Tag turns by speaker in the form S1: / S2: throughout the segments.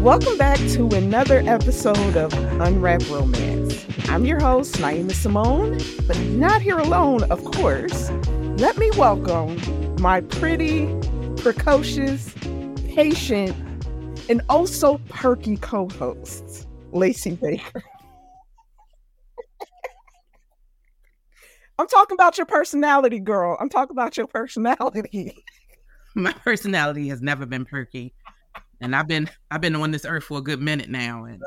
S1: Welcome back to another episode of Unwrap Romance. I'm your host, Naima Simone, but not here alone, of course. Let me welcome my pretty, precocious, patient, and also perky co host, Lacey Baker. I'm talking about your personality, girl. I'm talking about your personality.
S2: my personality has never been perky. And I've been I've been on this earth for a good minute now.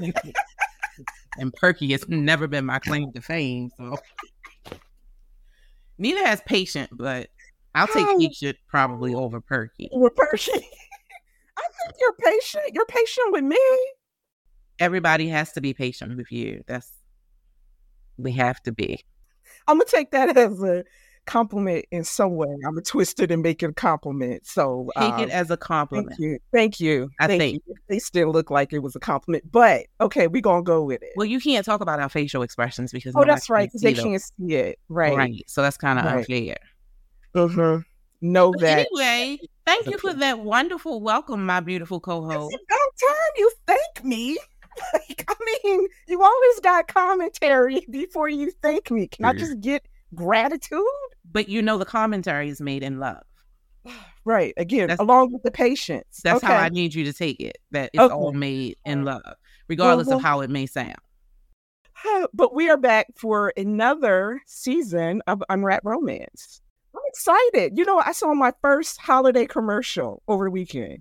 S2: And and perky has never been my claim to fame. So neither has patient, but I'll take
S1: Hi.
S2: patient probably over perky.
S1: We're patient. I think you're patient. You're patient with me.
S2: Everybody has to be patient with you. That's we have to be.
S1: I'm gonna take that as a compliment in some way. I'm gonna twist it and make it a compliment. So
S2: Take
S1: um,
S2: it as a
S1: thank
S2: compliment.
S1: you, thank you.
S2: I
S1: thank
S2: think.
S1: you. they still look like it was a compliment, but okay, we gonna go with it.
S2: Well, you can't talk about our facial expressions because
S1: oh,
S2: nobody
S1: that's right, because
S2: can see
S1: they
S2: those.
S1: can't see it, right?
S2: Right. So that's kind of
S1: Right.
S2: unfair.
S1: Mhm. Know
S2: But
S1: that
S2: anyway, thank you for
S1: Okay.
S2: that wonderful welcome, my beautiful co-host.
S1: it's about time you thank me. Like, I mean, you always got commentary before you thank me. Can I
S2: Mhm.
S1: just get gratitude?
S2: But you know, the commentary is made in love.
S1: Right. Again,
S2: That's-
S1: along with the patience.
S2: That's how
S1: Okay.
S2: I need you to take it. That it's
S1: Okay.
S2: all made in love, regardless
S1: well-
S2: of how it may sound.
S1: Oh, But we are back for another season of Unwrap Romance. I'm excited. You know, I saw my first holiday commercial over the weekend,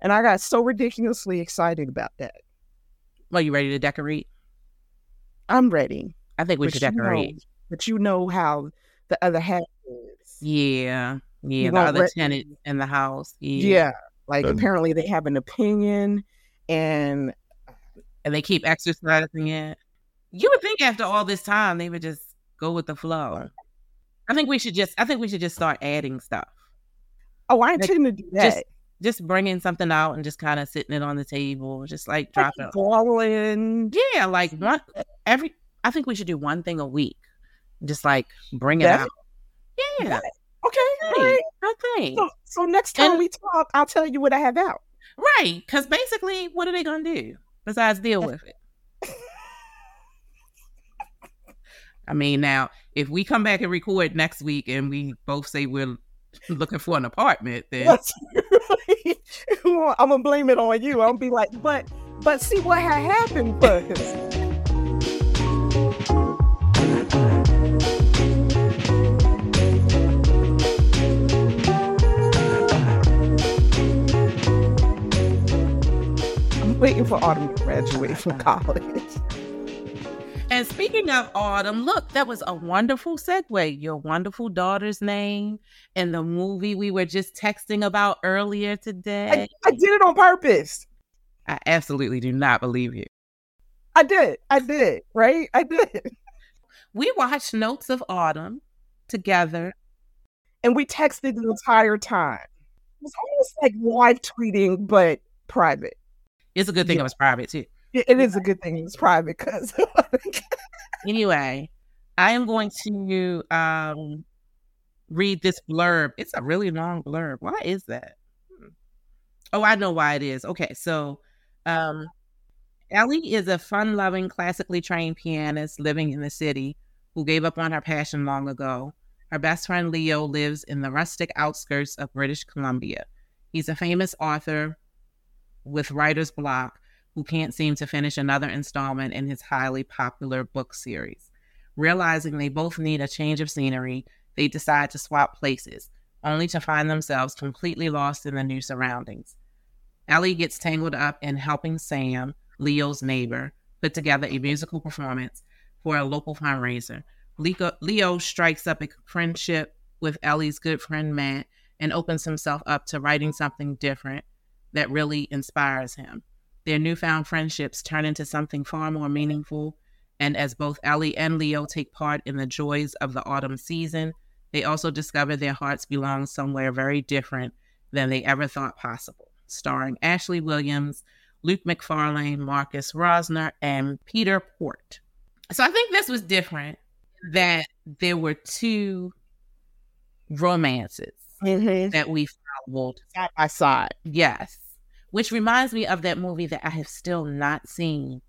S1: and I got so ridiculously excited about that.
S2: Well, you ready to decorate?
S1: I'm ready.
S2: I think we
S1: but
S2: should
S1: you know-
S2: decorate.
S1: but you know how the other half is.
S2: Yeah. Yeah. The
S1: want
S2: other
S1: red-
S2: tenant in the house. Yeah.
S1: Yeah. Like,
S2: Um,
S1: apparently, they have an opinion, and
S2: And they keep exercising it. You would think after all this time they would just go with the flow. I think we should just I think we should just start adding stuff.
S1: oh, I
S2: Like,
S1: intend to do
S2: just
S1: that.
S2: Just bringing something out and just kind of sitting it on the table, just like drop it.
S1: Balling.
S2: Yeah, like one every. I think we should do one thing a week. Just like bring it
S1: That-
S2: out. Yeah,
S1: Okay. all
S2: Right.
S1: right.
S2: I think
S1: So, so next time
S2: And-
S1: we talk, I'll tell you what I have out.
S2: right because basically, what are they gonna do besides deal with it? I mean, now if we come back and record next week and we both say we're looking for an apartment, then
S1: That's right. Well, I'm gonna blame it on you. I'll be like, but but see what had happened was. I'm waiting for Autumn to graduate from college.
S2: And speaking of Autumn, look, that was a wonderful segue. Your wonderful daughter's name and the movie we were just texting about earlier today.
S1: I, I did it on purpose.
S2: I absolutely do not believe you.
S1: I did. I did. Right? I did.
S2: We watched Notes of Autumn together.
S1: And we texted the entire time. It was almost like live tweeting, but private.
S2: It's a good thing
S1: Yeah.
S2: it was private too.
S1: It, it is a good thing it's private because
S2: Anyway, I am going to um, read this blurb. It's a really long blurb. Why is that? Hmm. Oh, I know why it is. Okay, so um, Ellie is a fun loving, classically trained pianist living in the city who gave up on her passion long ago. Her best friend Leo lives in the rustic outskirts of British Columbia. He's a famous author with writer's block who can't seem to finish another installment in his highly popular book series. Realizing they both need a change of scenery, they decide to swap places, only to find themselves completely lost in the new surroundings. Ellie gets tangled up in helping Sam, Leo's neighbor, put together a musical performance for a local fundraiser. Leo, Leo strikes up a friendship with Ellie's good friend Matt and opens himself up to writing something different that really inspires him. Their newfound friendships turn into something far more meaningful. And as both Ellie and Leo take part in the joys of the autumn season, they also discover their hearts belong somewhere very different than they ever thought possible. Starring Ashley Williams, Luke McFarlane, Marcus Rosner, and Peter Port. So I think this was different that there were two romances
S1: mm-hmm.
S2: that we followed
S1: side by side.
S2: Yes. which reminds me of that movie that I have still not seen,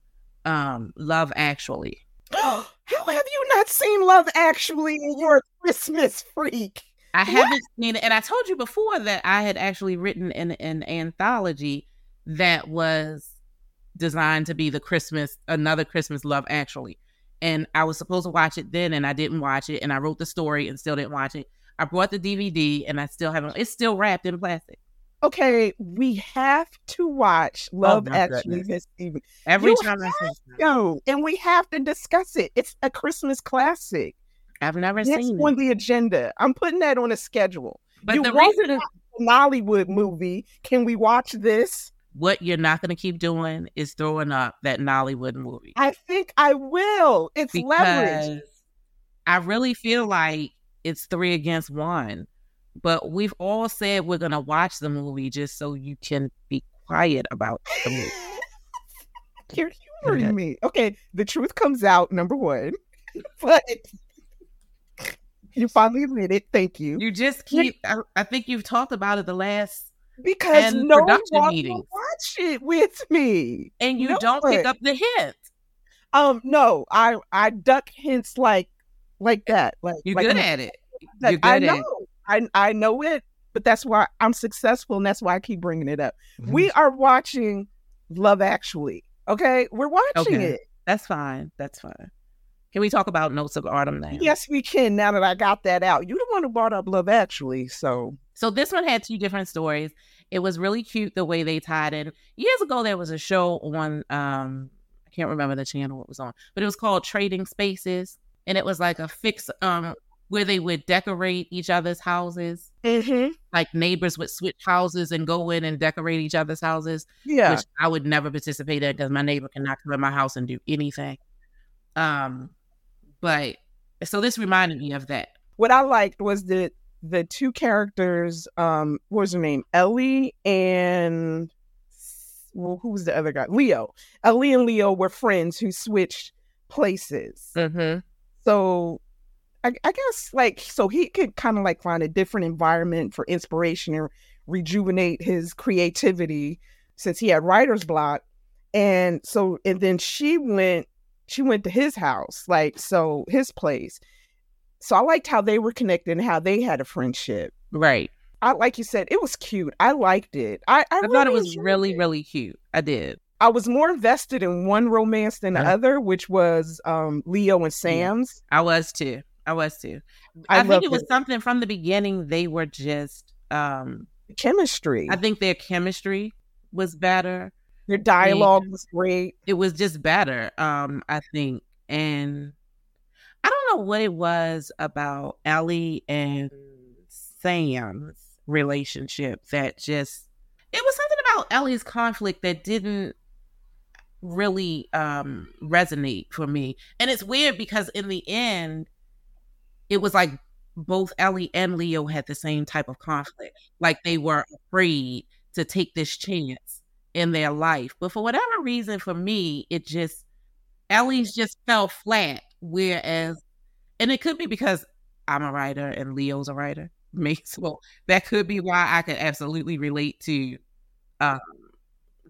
S2: um, Love Actually.
S1: How have you not seen Love Actually in your Christmas freak?
S2: I haven't seen it, and I told you before that I had actually written an, an anthology that was designed to be the Christmas, another Christmas Love Actually. And I was supposed to watch it then, and I didn't watch it, and I wrote the story and still didn't watch it. I brought the DVD, and I still haven't. It's still wrapped in plastic.
S1: Okay, we have to watch Love
S2: my
S1: Actually
S2: goodness.
S1: this evening.
S2: Every
S1: You
S2: time I see it,
S1: No, and we have to discuss it. It's a Christmas classic.
S2: I've never
S1: That's
S2: seen
S1: on
S2: it.
S1: the agenda. I'm putting that on a schedule.
S2: But
S1: you
S2: the
S1: won't
S2: reason
S1: An Hollywood movie. Can we watch this?
S2: what you're not going to keep doing is throwing up that Nollywood movie.
S1: I think I will. It's leverage.
S2: I really feel like it's three against one, but we've all said we're gonna watch the movie just so you can be quiet about the movie.
S1: You're humoring me. Okay, the truth comes out, number one. but you finally admit it. Thank you.
S2: You just keep. I, I think you've talked about it the last,
S1: because
S2: and
S1: no one
S2: production
S1: wants to
S2: meetings.
S1: watch it with me.
S2: and you
S1: No,
S2: don't pick
S1: but-
S2: up the hint.
S1: Um, no, I I duck hints like like that. Like
S2: You're
S1: like
S2: Eh, good
S1: my-
S2: at it.
S1: Like,
S2: You're good
S1: I
S2: at
S1: know.
S2: it.
S1: I I know it, but that's why I'm successful, and that's why I keep bringing it up.
S2: Mm-hmm.
S1: We are watching Love Actually. Okay, we're watching
S2: Okay.
S1: it.
S2: That's fine. That's fine. Can we talk about Notes of Autumn now?
S1: Yes, we can. Now that I got that out, you the one who brought up Love Actually, so
S2: So this one had two different stories. It was really cute the way they tied in. Years ago, there was a show on um I can't remember the channel it was on, but it was called Trading Spaces, and it was like a fix um where they would decorate each other's houses.
S1: mm-hmm.
S2: Like neighbors would switch houses and go in and decorate each other's houses,
S1: yeah,
S2: which I would never participate in because my neighbor cannot come in my house and do anything. Um, but so this reminded me of that.
S1: what I liked was the the two characters. Um, what was her name? Ellie and well, who was the other guy? Leo. Ellie and Leo were friends who switched places.
S2: Mm-hmm.
S1: So, I, I guess like so he could kind of like find a different environment for inspiration and rejuvenate his creativity since he had writer's block. And so and then she went she went to his house like so his place. So I liked how they were connected and how they had a friendship.
S2: Right.
S1: I like you said it was cute. I liked it. I I,
S2: I thought
S1: really
S2: it was
S1: enjoyed
S2: really,
S1: it.
S2: really cute. I did.
S1: I was more invested in one romance than the
S2: Yeah.
S1: other, which was um Leo and Sam's.
S2: I was too. I was too.
S1: I,
S2: I,
S1: loved
S2: think it was something from the beginning. They were just. um
S1: chemistry.
S2: I think their chemistry was better.
S1: Your dialogue was great.
S2: It was just better. Um, I think, and I don't know what it was about Ellie and Sam's relationship that just. It was something about Ellie's conflict that didn't really um resonate for me. And it's weird because in the end, it was like both Ellie and Leo had the same type of conflict. Like they were afraid to take this chance in their life. But for whatever reason, for me, it just Ellie's just fell flat. Whereas and it could be because I'm a writer and Leo's a writer. Maybe so that could be why I could absolutely relate to um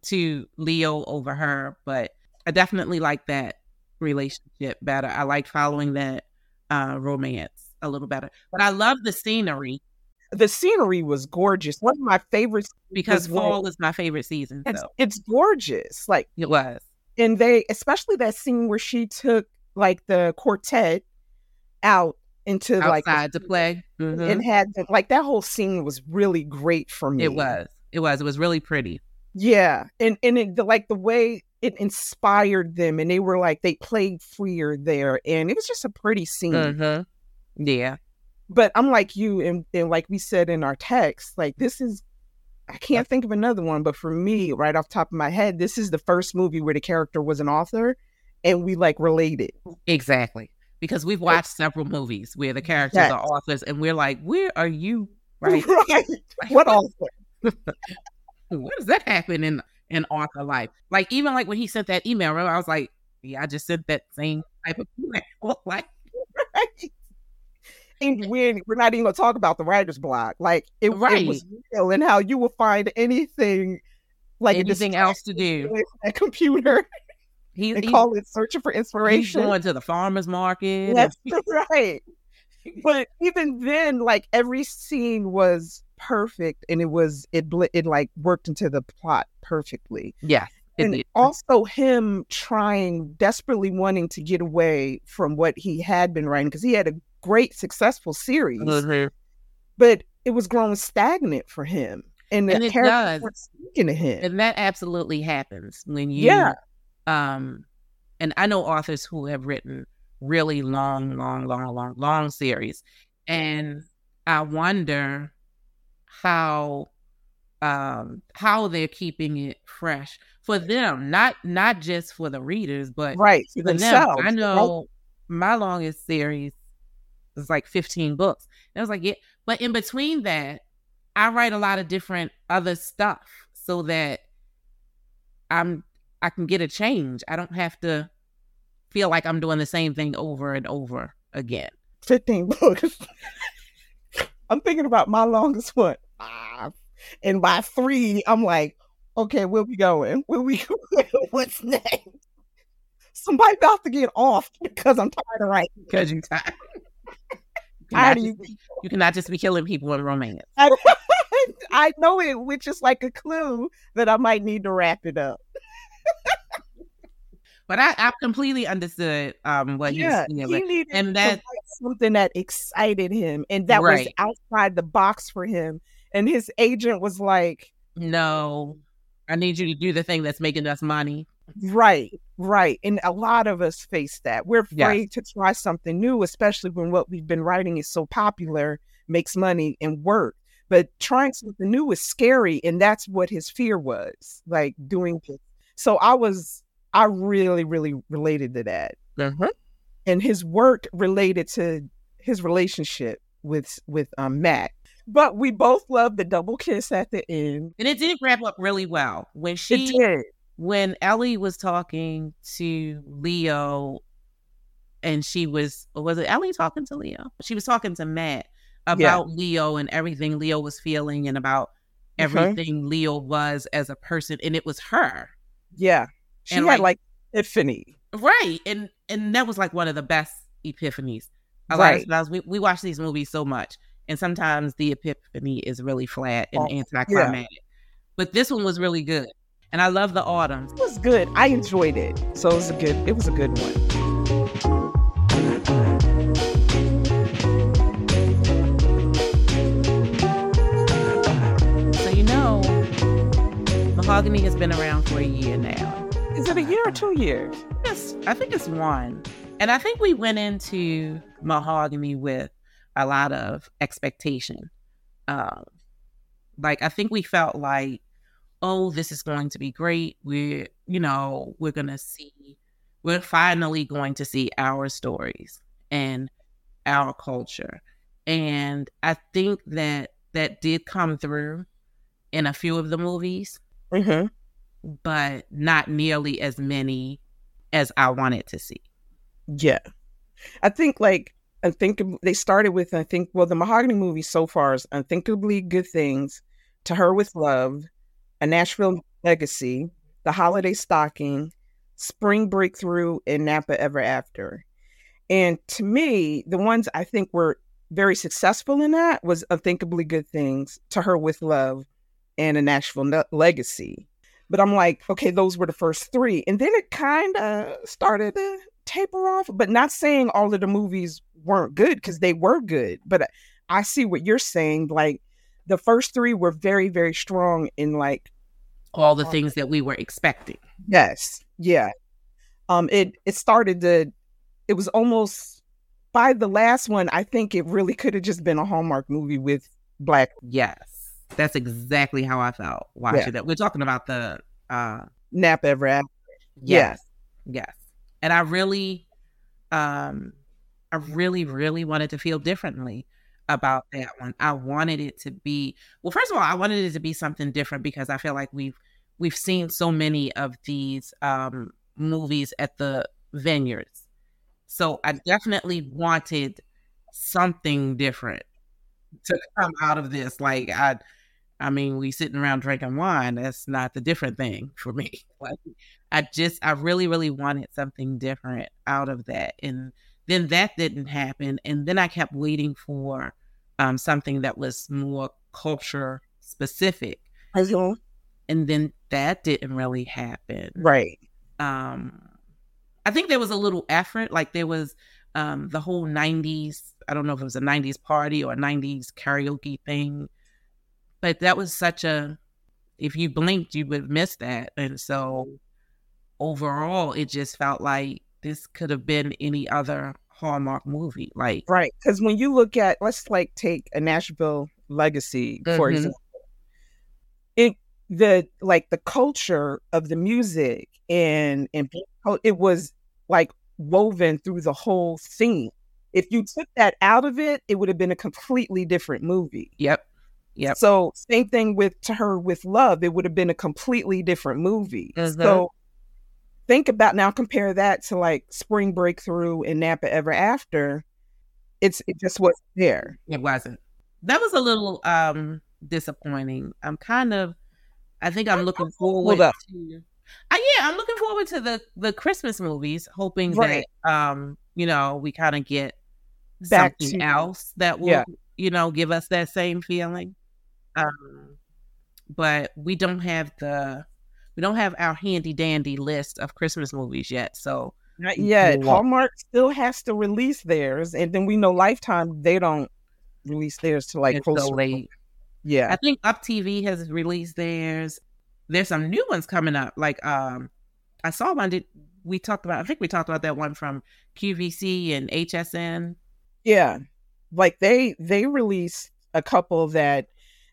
S2: to Leo over her, but I definitely like that relationship better. I liked following that uh romance a little better. But I love the scenery
S1: The scenery was gorgeous. One of my favorites. Was
S2: because
S1: what-
S2: fall is my favorite season.
S1: It's,
S2: So
S1: it's gorgeous. Like,
S2: it was.
S1: and they, especially that scene where she took like the quartet out into like,
S2: outside
S1: the-
S2: to play. Mhm.
S1: and had them, like that whole scene was really great for me.
S2: It was. It was. It was really pretty.
S1: Yeah. And, and it, the, like the way it inspired them and they were like, they played freer there. And it was just a pretty scene.
S2: Mm-hmm. Yeah.
S1: but I'm like you, and, and like we said in our text, like this is, I can't think of another one, but for me, right off the top of my head, this is the first movie where the character was an author, and we like related.
S2: Exactly. Because we've watched several movies where the characters
S1: Yes.
S2: are authors, and we're like, "Where are you?" Right?
S1: Right.
S2: Like,
S1: What author?
S2: What does that happen in in author life? Like even like when he sent that email, remember, I was like, "Yeah, I just sent that same type of email." like
S1: And when we're not even gonna talk about the writer's block, like it, it
S2: Right.
S1: was real, and how you will find anything like
S2: anything else to do.
S1: a computer
S2: He,
S1: and
S2: he-
S1: call it searching for
S2: he's
S1: inspiration.
S2: going to the farmer's market.
S1: That's right. But even then, like every scene was perfect, and it was it bl- it like worked into the plot perfectly.
S2: Yes. it
S1: And
S2: did.
S1: also him trying desperately wanting to get away from what he had been writing because he had a great successful series,
S2: Mhm.
S1: but it was growing stagnant for him, and the
S2: And it does.
S1: characters weren't speaking to him.
S2: And that absolutely happens when you,
S1: Yeah.
S2: um, and I know authors who have written really long, long, long, long, long series, and I wonder how, um, how they're keeping it fresh for them, not not just for the readers, but
S1: right for
S2: for them.
S1: themselves.
S2: I
S1: right?
S2: know my longest series is like 15 books. And I was like, yeah, but in between that, I write a lot of different other stuff so that I'm I can get a change. I don't have to feel like I'm doing the same thing over and over again.
S1: 15 books. I'm thinking about my longest one. Five. And by three, I'm like, okay, where we going? Where we what's next? Somebody about to get off because I'm tired of writing.
S2: Because you tired. you,
S1: Tired
S2: cannot
S1: of
S2: just,
S1: you.
S2: you cannot just be killing people in romance.
S1: I know it, which is like a clue that I might need to wrap it up.
S2: But I, I completely understood um what
S1: yeah,
S2: you
S1: he
S2: were saying.
S1: needed
S2: and
S1: to
S2: that-
S1: write something that excited him, and that was
S2: Right.
S1: outside the box for him. And his agent was like,
S2: No, I need you to do the thing that's making us money.
S1: Right, right. And a lot of us face that. We're
S2: Yes.
S1: afraid to try something new, especially when what we've been writing is so popular, makes money, and work. But trying something new is scary. And that's what his fear was like doing. this. So I was, I really, really related to that.
S2: Mm-hmm.
S1: And his work related to his relationship with with um, Matt. But we both loved the double kiss at the end.
S2: And it did wrap up really well. When she
S1: it did.
S2: when Ellie was talking to Leo and she was was it Ellie talking to Leo? She was talking to Matt about Leo and everything Leo was feeling and about
S1: Okay.
S2: everything Leo was as a person and it was her.
S1: Yeah. She
S2: And,
S1: had
S2: like-
S1: like epiphany.
S2: Right. And and that was like one of the best epiphanies. A lot
S1: Right.
S2: of times we, we watch these movies so much and sometimes the epiphany is really flat and
S1: Oh,
S2: anticlimactic. But this one was really good. And I love the autumn.
S1: It was good. I enjoyed it. So it was a good it was a good one.
S2: So you know, mahogany has been around for a year now.
S1: Is it a year or two years?
S2: Yes, I think it's one, and I think we went into mahogany with a lot of expectation. Um, like I think we felt like, oh, this is going to be great. We're you know we're gonna see, we're finally going to see our stories and our culture, and I think that that did come through in a few of the movies
S1: Mm-hmm.
S2: but not nearly as many as I wanted to see.
S1: Yeah. I think like unthinkable they started with I think well the mahogany movie so far is unthinkably good things, to her with love, a Nashville legacy, the holiday stocking, spring breakthrough, and Napa Ever After. And to me, the ones I think were very successful in that was unthinkably good things, to her with love, and a Nashville Ne- legacy. But I'm like, okay, those were the first three, and then it kind of started to taper off. But not saying all of the movies weren't good because they were good. But I see what you're saying. Like the first three were very, very strong in like
S2: All the things that we were expecting.
S1: Yes. Yeah. Um it it started to it was almost by the last one, I think it really could have just been a Hallmark movie with black
S2: Yes. That's exactly how I felt watching it. We're talking about the uh
S1: nap ever after. Yeah.
S2: Yes. And I really um I really, really wanted to feel differently about that one. I wanted it to be well, first of all, I wanted it to be something different because I feel like we've we've seen so many of these um movies at the vineyards. So I definitely wanted something different to come out of this. Like I I mean, we sitting around drinking wine. That's not the different thing for me. Like, I just, I really, really wanted something different out of that, and then that didn't happen, and then I kept waiting for um, something that was more culture specific,
S1: Mhm.
S2: and then that didn't really happen.
S1: Right.
S2: Um, I think there was a little effort. Like there was um, the whole '90s. I don't know if it was a '90s party or a '90s karaoke thing, but that was such a. If you blinked, you would miss that, and so overall, it just felt like this could have been any other Hallmark movie. Like
S1: Right. Because when you look at, let's like take a Nashville legacy, for
S2: Mhm.
S1: example, it, the, like the culture of the music and, and how it was like woven through the whole scene. If you took that out of it, it would have been a completely different movie.
S2: Yep. Yep.
S1: So same thing with to her with love. It would have been a completely different movie.
S2: Mhm.
S1: So think about now. Compare that to like Spring Breakthrough and Napa Ever After. It's it just wasn't there.
S2: It wasn't. That was a little um disappointing. I'm kind of I think I'm looking forward
S1: up.
S2: to uh, yeah, I'm looking forward to the the Christmas movies, hoping
S1: Right.
S2: that um, you know, we kind of get
S1: Back
S2: something
S1: to-
S2: else that will,
S1: Yeah.
S2: you know, give us that same feeling. Um but we don't have the we don't have our handy dandy list of Christmas movies yet. So
S1: Not yet.
S2: Yeah.
S1: Hallmark still has to release theirs, and then we know Lifetime they don't release theirs to like
S2: it's so
S1: close.
S2: late.
S1: Yeah.
S2: I think Up TV has released theirs. There's some new ones coming up. Like um, I saw one. Did we talked about? I think we talked about that one from QVC and HSN.
S1: Yeah. Like they they release a couple that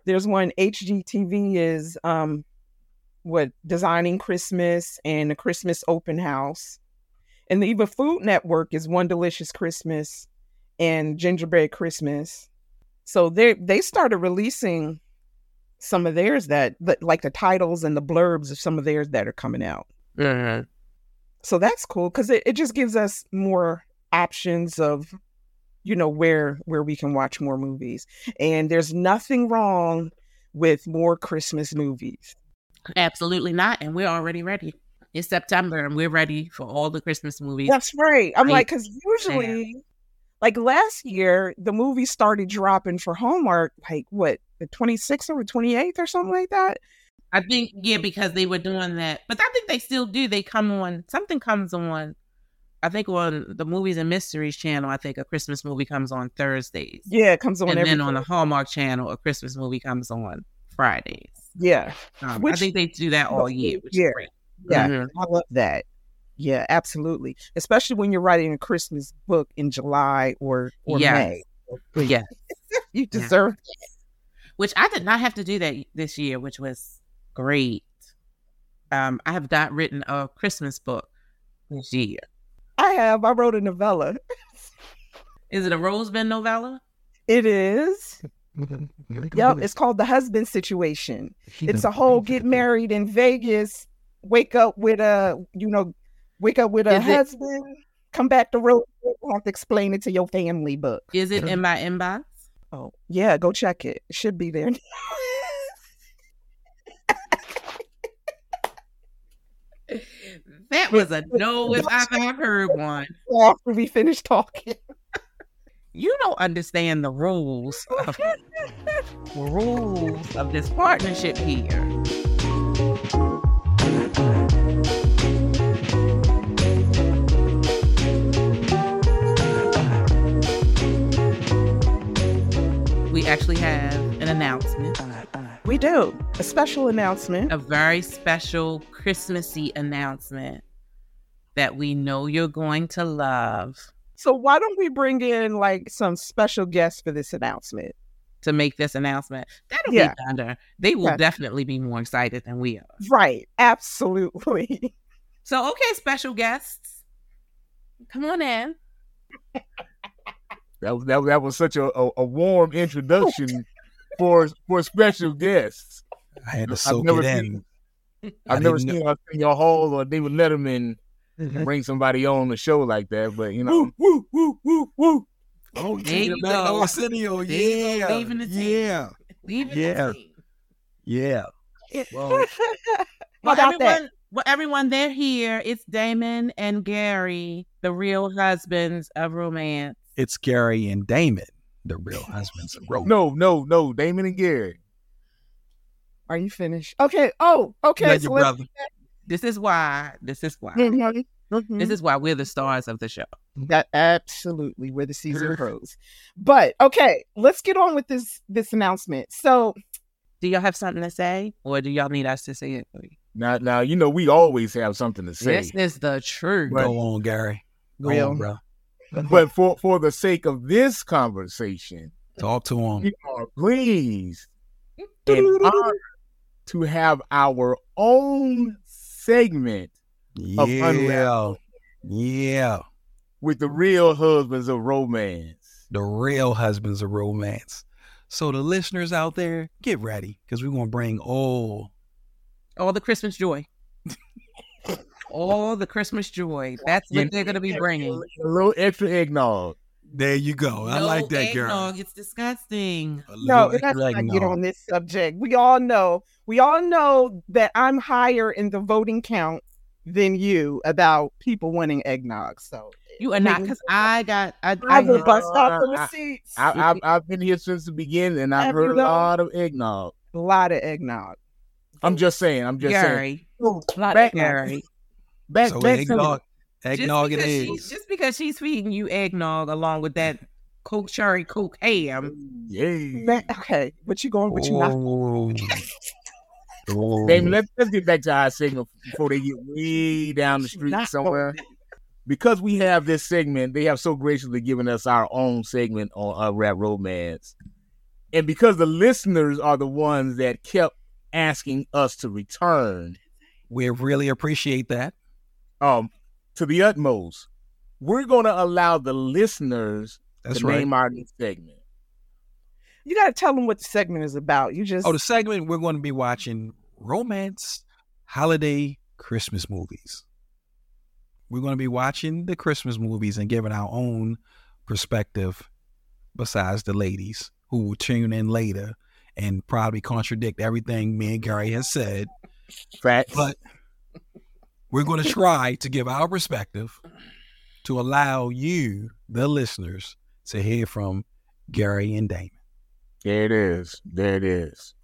S1: there's one HGTV is um what designing Christmas and a Christmas open house. And the even Food Network is One Delicious Christmas and Gingerbread Christmas. So they they started releasing some of theirs that that- like the titles and the blurbs of some of theirs that are coming out. So that's cool because it, it just gives us more options of, you know, where where we can watch more movies. And there's nothing wrong with more Christmas movies.
S2: Absolutely not. And we're already ready. It's September, and we're ready for all the Christmas movies.
S1: That's right. I'm
S2: Right.
S1: like, because usually, like last year, the movies started dropping for Hallmark, like what the 26th or the 28th or something like that.
S2: I think yeah, because they were doing that, but I think they still do. They come on something comes on. I think on the Movies and Mysteries channel. I think a Christmas movie comes on Thursdays.
S1: Yeah, it comes on
S2: and
S1: every.
S2: then on the Hallmark Channel, a Christmas movie comes on Fridays.
S1: yeah,
S2: Um, I
S1: Which-
S2: think they do that all year. Which
S1: Yeah.
S2: is great.
S1: yeah,
S2: Mhm.
S1: I love that. Yeah, absolutely. Especially when you're writing a Christmas book in July or or
S2: Yes.
S1: May. Oh,
S2: yeah.
S1: You
S2: Yeah.
S1: deserve
S2: Which I did not have to do that this year, which was great. Um, I have not written a Christmas book this year.
S1: I have. I wrote a novella.
S2: Is it a Rosebud novella?
S1: It is. Yep.
S3: Yep,
S1: It's called The Husband Situation. It's a whole get married in Vegas, wake up with a, you know, wake up with a
S2: Is it-
S1: husband, come back to real you have to explain it to your family book.
S2: Is it in my inbox?
S1: Oh, yeah. Go check it. It should be there.
S2: That was a no if I've ever heard one.
S1: After we finish talking.
S2: You don't understand the rules of rules of this partnership here. We actually have an announcement,
S1: We do. A special announcement.
S2: a very special Christmassy announcement that we know you're going to love
S1: So why don't we bring in like some special guests for this announcement?
S2: to make this announcement. That'll
S1: Yeah.
S2: be better. They will
S1: Okay.
S2: definitely be more excited than we are.
S1: Right. Absolutely.
S2: So, okay, special guests, come on in.
S3: That was, that, was- that was such a, a, a warm introduction for for special guests.
S4: I had to
S3: I've
S4: soak
S3: never
S4: it
S3: seen-
S4: in. I
S3: I've never
S4: didn't Mm-hmm.
S3: seen a senior hall or David Letterman bring somebody on the show like that, but you know,
S4: Woo, woo, woo, woo, woo. Oh,
S2: There
S4: yeah,
S2: you
S4: back to
S2: go.
S4: Arsenio.
S2: There you go,
S4: Yeah.
S2: leaving the team.
S4: yeah.
S2: Leave it
S4: Yeah.
S2: to me.
S5: Yeah.
S1: Well,
S2: Well,
S1: about that?
S2: everyone, well, everyone, they're here. It's Damon and Gary, the real husbands of romance.
S5: It's Gary and Damon, the real husbands of Rope.
S3: No, no, no. Damon and Gary.
S1: Are you finished? Okay. Oh, okay.
S5: yeah,
S1: so
S5: your
S1: let's-
S5: brother.
S2: This is why. This is why.
S1: Mhm, mhm.
S2: This is why we're the stars of the show.
S1: That absolutely where the season pros. But okay, let's get on with this this announcement. So
S2: Do y'all have something to say, or do y'all need us to say it? for you?
S3: Now, now you know we always have something to say,
S2: This is the truth.
S3: Right.
S5: Go on, Gary. Go
S1: Real.
S5: on, bro.
S3: but for for the sake of this conversation,
S5: Talk to him.
S3: we are pleased and honored to have our own segment Of
S5: Yeah.
S3: unwrapped.
S5: Yeah.
S3: with the real husbands of romance.
S5: the real husbands of romance. So the listeners out there, get ready because we're gonna bring all
S2: All the Christmas joy. All the Christmas joy. That's
S3: You-
S2: what they're going to be bringing.
S3: A little extra eggnog.
S5: There you go. I
S2: No
S5: like that girl.
S2: eggnog, It's disgusting.
S1: no, let's not get on this subject. We all know, we all know that I'm higher in the voting count than you about people wanting eggnog. So
S2: You are
S1: Make
S2: not
S1: me-
S2: because I got. I,
S1: I
S2: I
S1: will
S2: had-
S1: bust out the
S3: I- I-
S1: receipts. A
S3: I, I, I've been here since the beginning, and I've
S1: Have
S3: heard
S1: you
S3: a
S1: though?
S3: lot of eggnog.
S1: lot of eggnog.
S3: I'm just saying. I'm just saying.
S2: Gary.
S1: lot
S3: back-
S2: Gary.
S3: Back,
S5: so
S3: back to
S5: eggnog, eggnog and
S2: because she-
S5: eggs.
S2: just because she's feeding you eggnog along with that Coke cherry Coke ham.
S3: Um, Yay.
S1: Ma- okay, what you going? What you not?
S5: Oh. Oh.
S3: Damon, let's, let's get back to our segment before they get way down the
S1: She's
S3: street
S1: not
S3: somewhere. Because we have this segment, they have so graciously given us our own segment on uh, Rap Romance. And because the listeners are the ones that kept asking us to return
S5: we really appreciate that.
S3: um, to the utmost, we're going to allow the listeners
S5: That's
S3: to
S5: right.
S3: name our new segment.
S1: You got to tell them what the segment is about. You just
S5: Oh, the segment we're going to be watching romance holiday Christmas movies. We're going to be watching the Christmas movies and giving our own perspective, besides the ladies who will tune in later and probably contradict everything me and Gary has said.
S3: Facts.
S5: But we're going to try to give our perspective to allow you, the listeners, to hear from Gary and Damon.
S3: there it is. There it is.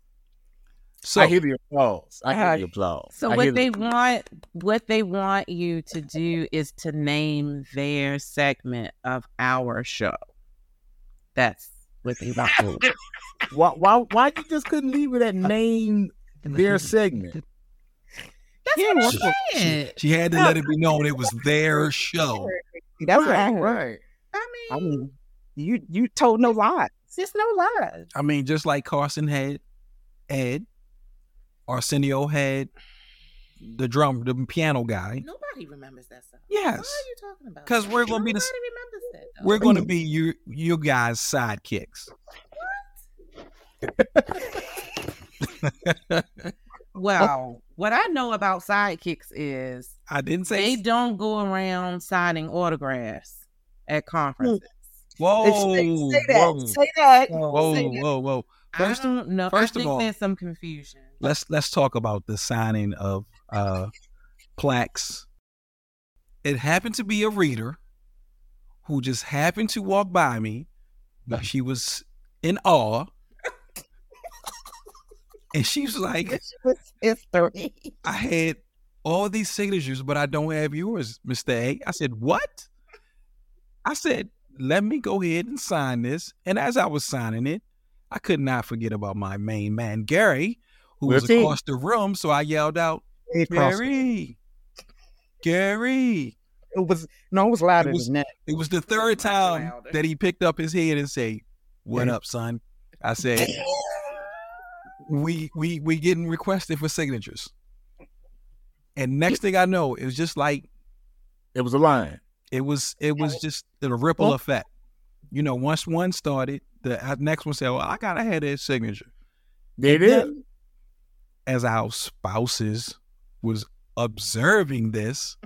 S5: So
S3: I hear the applause. I hear
S1: Uh,
S3: the applause.
S2: So
S3: I hear
S2: what
S3: the-
S2: they want, what they want you to do is to name their segment of our show. That's what they want. you to
S3: why why why you just couldn't leave it at name their segment?
S1: That's what
S5: I'm she,
S2: do.
S5: she had to let it be known it was their show.
S1: That's what I heard.
S3: right.
S2: I
S1: I
S2: mean,
S1: mean, you you told no lie.
S2: it's no lies.
S5: I mean, just like Carson had Ed, Arsenio had the drum, the piano guy.
S2: Nobody remembers that stuff.
S5: Yes,
S2: you talking about?
S5: 'Cause we're gonna be the s-
S2: Nobody remembers that. though.
S5: we're going to be you, you guys' sidekicks. Oh.
S2: Well, what I know about sidekicks is
S5: I didn't say.
S2: they don't go around signing autographs at
S5: Hmm.
S2: conferences.
S5: whoa,
S1: say that.
S5: whoa,
S1: Say that.
S5: whoa,
S1: say that.
S5: whoa, whoa. First-
S2: I don't know.
S5: first
S2: I
S5: of
S2: think
S5: all-
S2: there's some confusion.
S5: Let's let's talk about the signing of uh, plaques. It happened to be a reader who just happened to walk by me. but She was in awe, and she was like.
S1: This was history.
S5: I had all these signatures, but I don't have yours, Mr. A. I said, What? I said, Let me go ahead and sign this. And as I was signing it, I could not forget about my main man, Gary, who was
S3: With me.
S5: across the room. So I yelled out,
S1: It
S5: Gary, Gary.
S1: was no, it was louder
S5: It was-
S1: than that.
S5: It was the third time that he picked up his head and said, What up, son? I said, we we we getting requested for signatures. And next thing I know, it was just like
S3: It was a line.
S5: it was it was just a ripple effect. You know, once one started, the next one said, "Well, I gotta have that signature."
S3: There it is.
S5: As our spouses was observing this,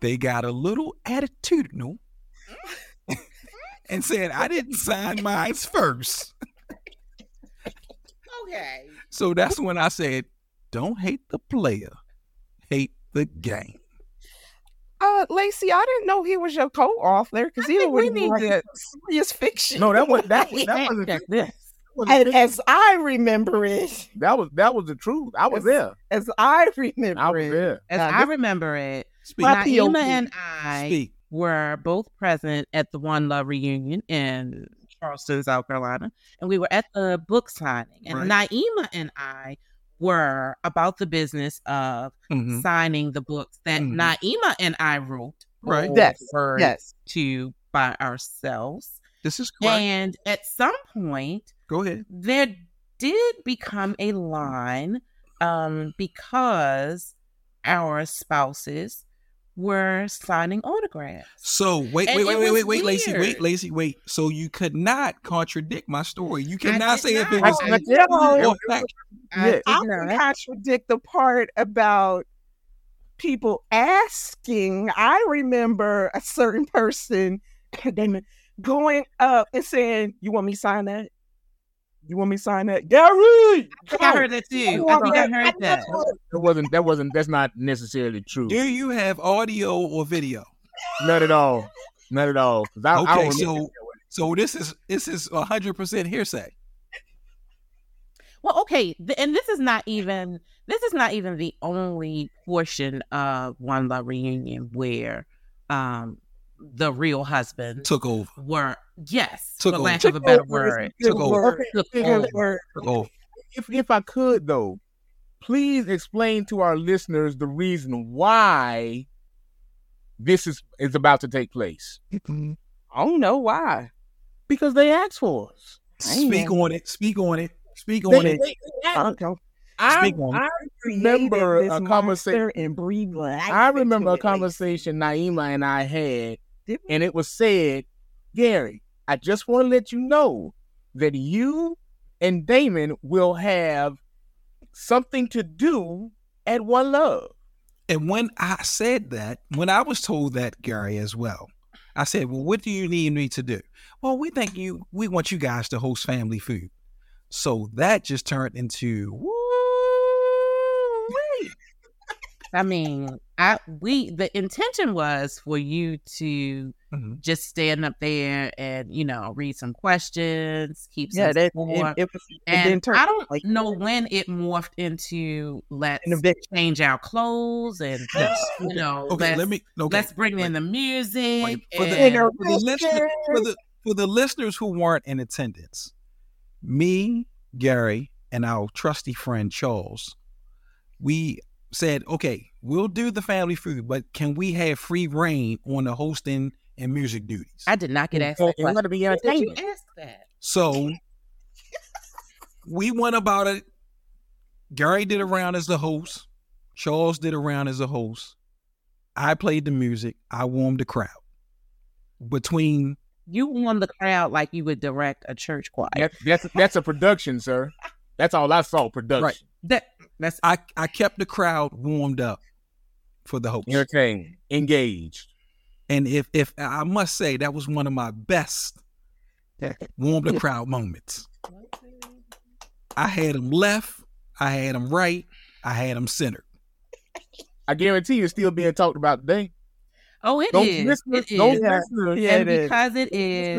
S5: they got a little attitudinal and said, "I didn't sign mine first.
S2: Okay.
S5: So that's when I said, don't hate the player, hate the game.
S1: Uh, Lacey, I didn't know he was your co-author because he
S2: we
S1: would
S2: need
S1: like
S2: to-
S1: serious fiction.
S3: No, that was that, was- that
S2: Fact
S3: wasn't
S2: check this.
S1: as,
S3: that was
S1: as I remember it,
S3: that was that was the truth. I was there.
S1: as I remember
S3: I was
S1: it,
S3: there.
S2: As
S1: Now,
S2: I
S1: this-
S2: remember it,
S5: Speak.
S1: My
S2: Naima
S1: POV.
S2: and I
S5: Speak.
S2: were both present at the One Love reunion in Charleston, South Carolina, and we were at the book signing. And Naima and I were about the business of
S5: Mhm.
S2: signing the books that
S5: Mhm.
S2: Naima and I wrote
S5: Right.
S1: Yes,
S2: forward
S1: yes.
S2: to by ourselves.
S5: This is correct.
S2: And at some point,
S5: Go ahead.
S2: there did become a line um, because our spouses were signing autographs.
S5: So wait,
S2: And
S5: wait,
S2: it
S5: wait, wait,
S2: was
S5: wait, wait, Lacey, wait,
S2: weird.
S5: Lacey, wait. So you could not contradict my story. You cannot
S2: did
S5: say if it
S2: not.
S5: was
S2: I
S5: a
S2: did
S1: not.
S5: or black.
S2: I
S3: Yeah.
S2: did
S1: I
S2: not.
S1: would contradict the part about people asking. I remember a certain person damn it, going up and saying, "You want me to sign that? You want me to sign that, Gary?"
S2: I think I heard that too. I think I heard that.
S3: That wasn't that wasn't that's not necessarily true.
S5: Do you have audio or video?
S3: Not at all. Not at all. 'Cause I, I
S5: Okay,
S3: don't remember
S5: so so this is this is hundred percent hearsay.
S2: Well, okay, th- and this is not even this is not even the only portion of One Love reunion where um the real husband
S5: Took over.
S2: were yes,
S5: Took
S2: for
S5: over.
S2: lack
S1: Took
S2: of a better
S1: over is
S2: word,
S1: a good
S5: Took over.
S1: word.
S2: took
S1: Good
S2: over.
S1: word.
S5: Took over.
S3: if if I could though, please explain to our listeners the reason why this is is about to take place.
S1: I don't know why.
S3: Because they asked for us.
S5: Speak on it. Speak on it. Speak
S3: They-
S5: on it.
S3: they-
S1: I don't know.
S3: I,
S5: Speak on it.
S3: I
S1: Created
S3: remember
S1: this
S3: a conversation.
S1: monster and breathe life
S3: I remember
S1: into it,
S3: a
S1: like,
S3: conversation Naima and I
S1: Did
S3: had,
S1: we?
S3: and it was said, Gary, I just want to let you know that you and Damon will have something to do at One Love.
S5: And when I said that, when I was told that, Gary, as well, I said, Well, what do you need me to do? Well, we think you we want you guys to host family food. So that just turned into woo
S2: I mean, I we the intention was for you to
S3: Mm-hmm.
S2: just stand up there and you know read some questions, keep some
S1: Yeah, that it,
S2: score.
S1: it was. it
S2: and
S1: didn't turn
S2: I don't
S1: like
S2: know when it morphed into let's
S1: an eviction.
S2: change our clothes and
S5: Yes.
S2: you know
S5: Okay,
S2: let's,
S5: let me okay.
S2: let's bring in the music.
S5: Wait, for the-
S2: and-
S1: Bigger
S5: for the listener- for
S1: pictures.
S5: the for the listeners who weren't in attendance, me, Gary, and our trusty friend Charles, we said, okay, we'll do the family food, but can we have free reign on the hosting and music duties?
S2: I did not get asked that.
S3: And let
S2: question.
S3: it be
S2: Did you
S3: entertainment.
S2: ask that?
S5: so we went about it. Gary did a round as the host. Charles did a round as the host. I played the music. I warmed the crowd. Between
S2: You won the crowd like you would direct a church choir.
S3: That's, that's that's a production, sir. That's all I saw. Production,
S5: Right.
S2: That that's
S5: I I kept the crowd warmed up for the host.
S3: entertained, engaged.
S5: And if if I must say that was one of my best warm the crowd moments. I had him left, I had him right, I had him centered.
S3: I guarantee you, it's still being talked about today.
S2: oh it
S3: Those
S2: is.
S3: listeners,
S2: It is.
S3: those
S1: Yeah.
S3: listeners,
S1: Yeah,
S2: and
S1: it is.
S2: because it is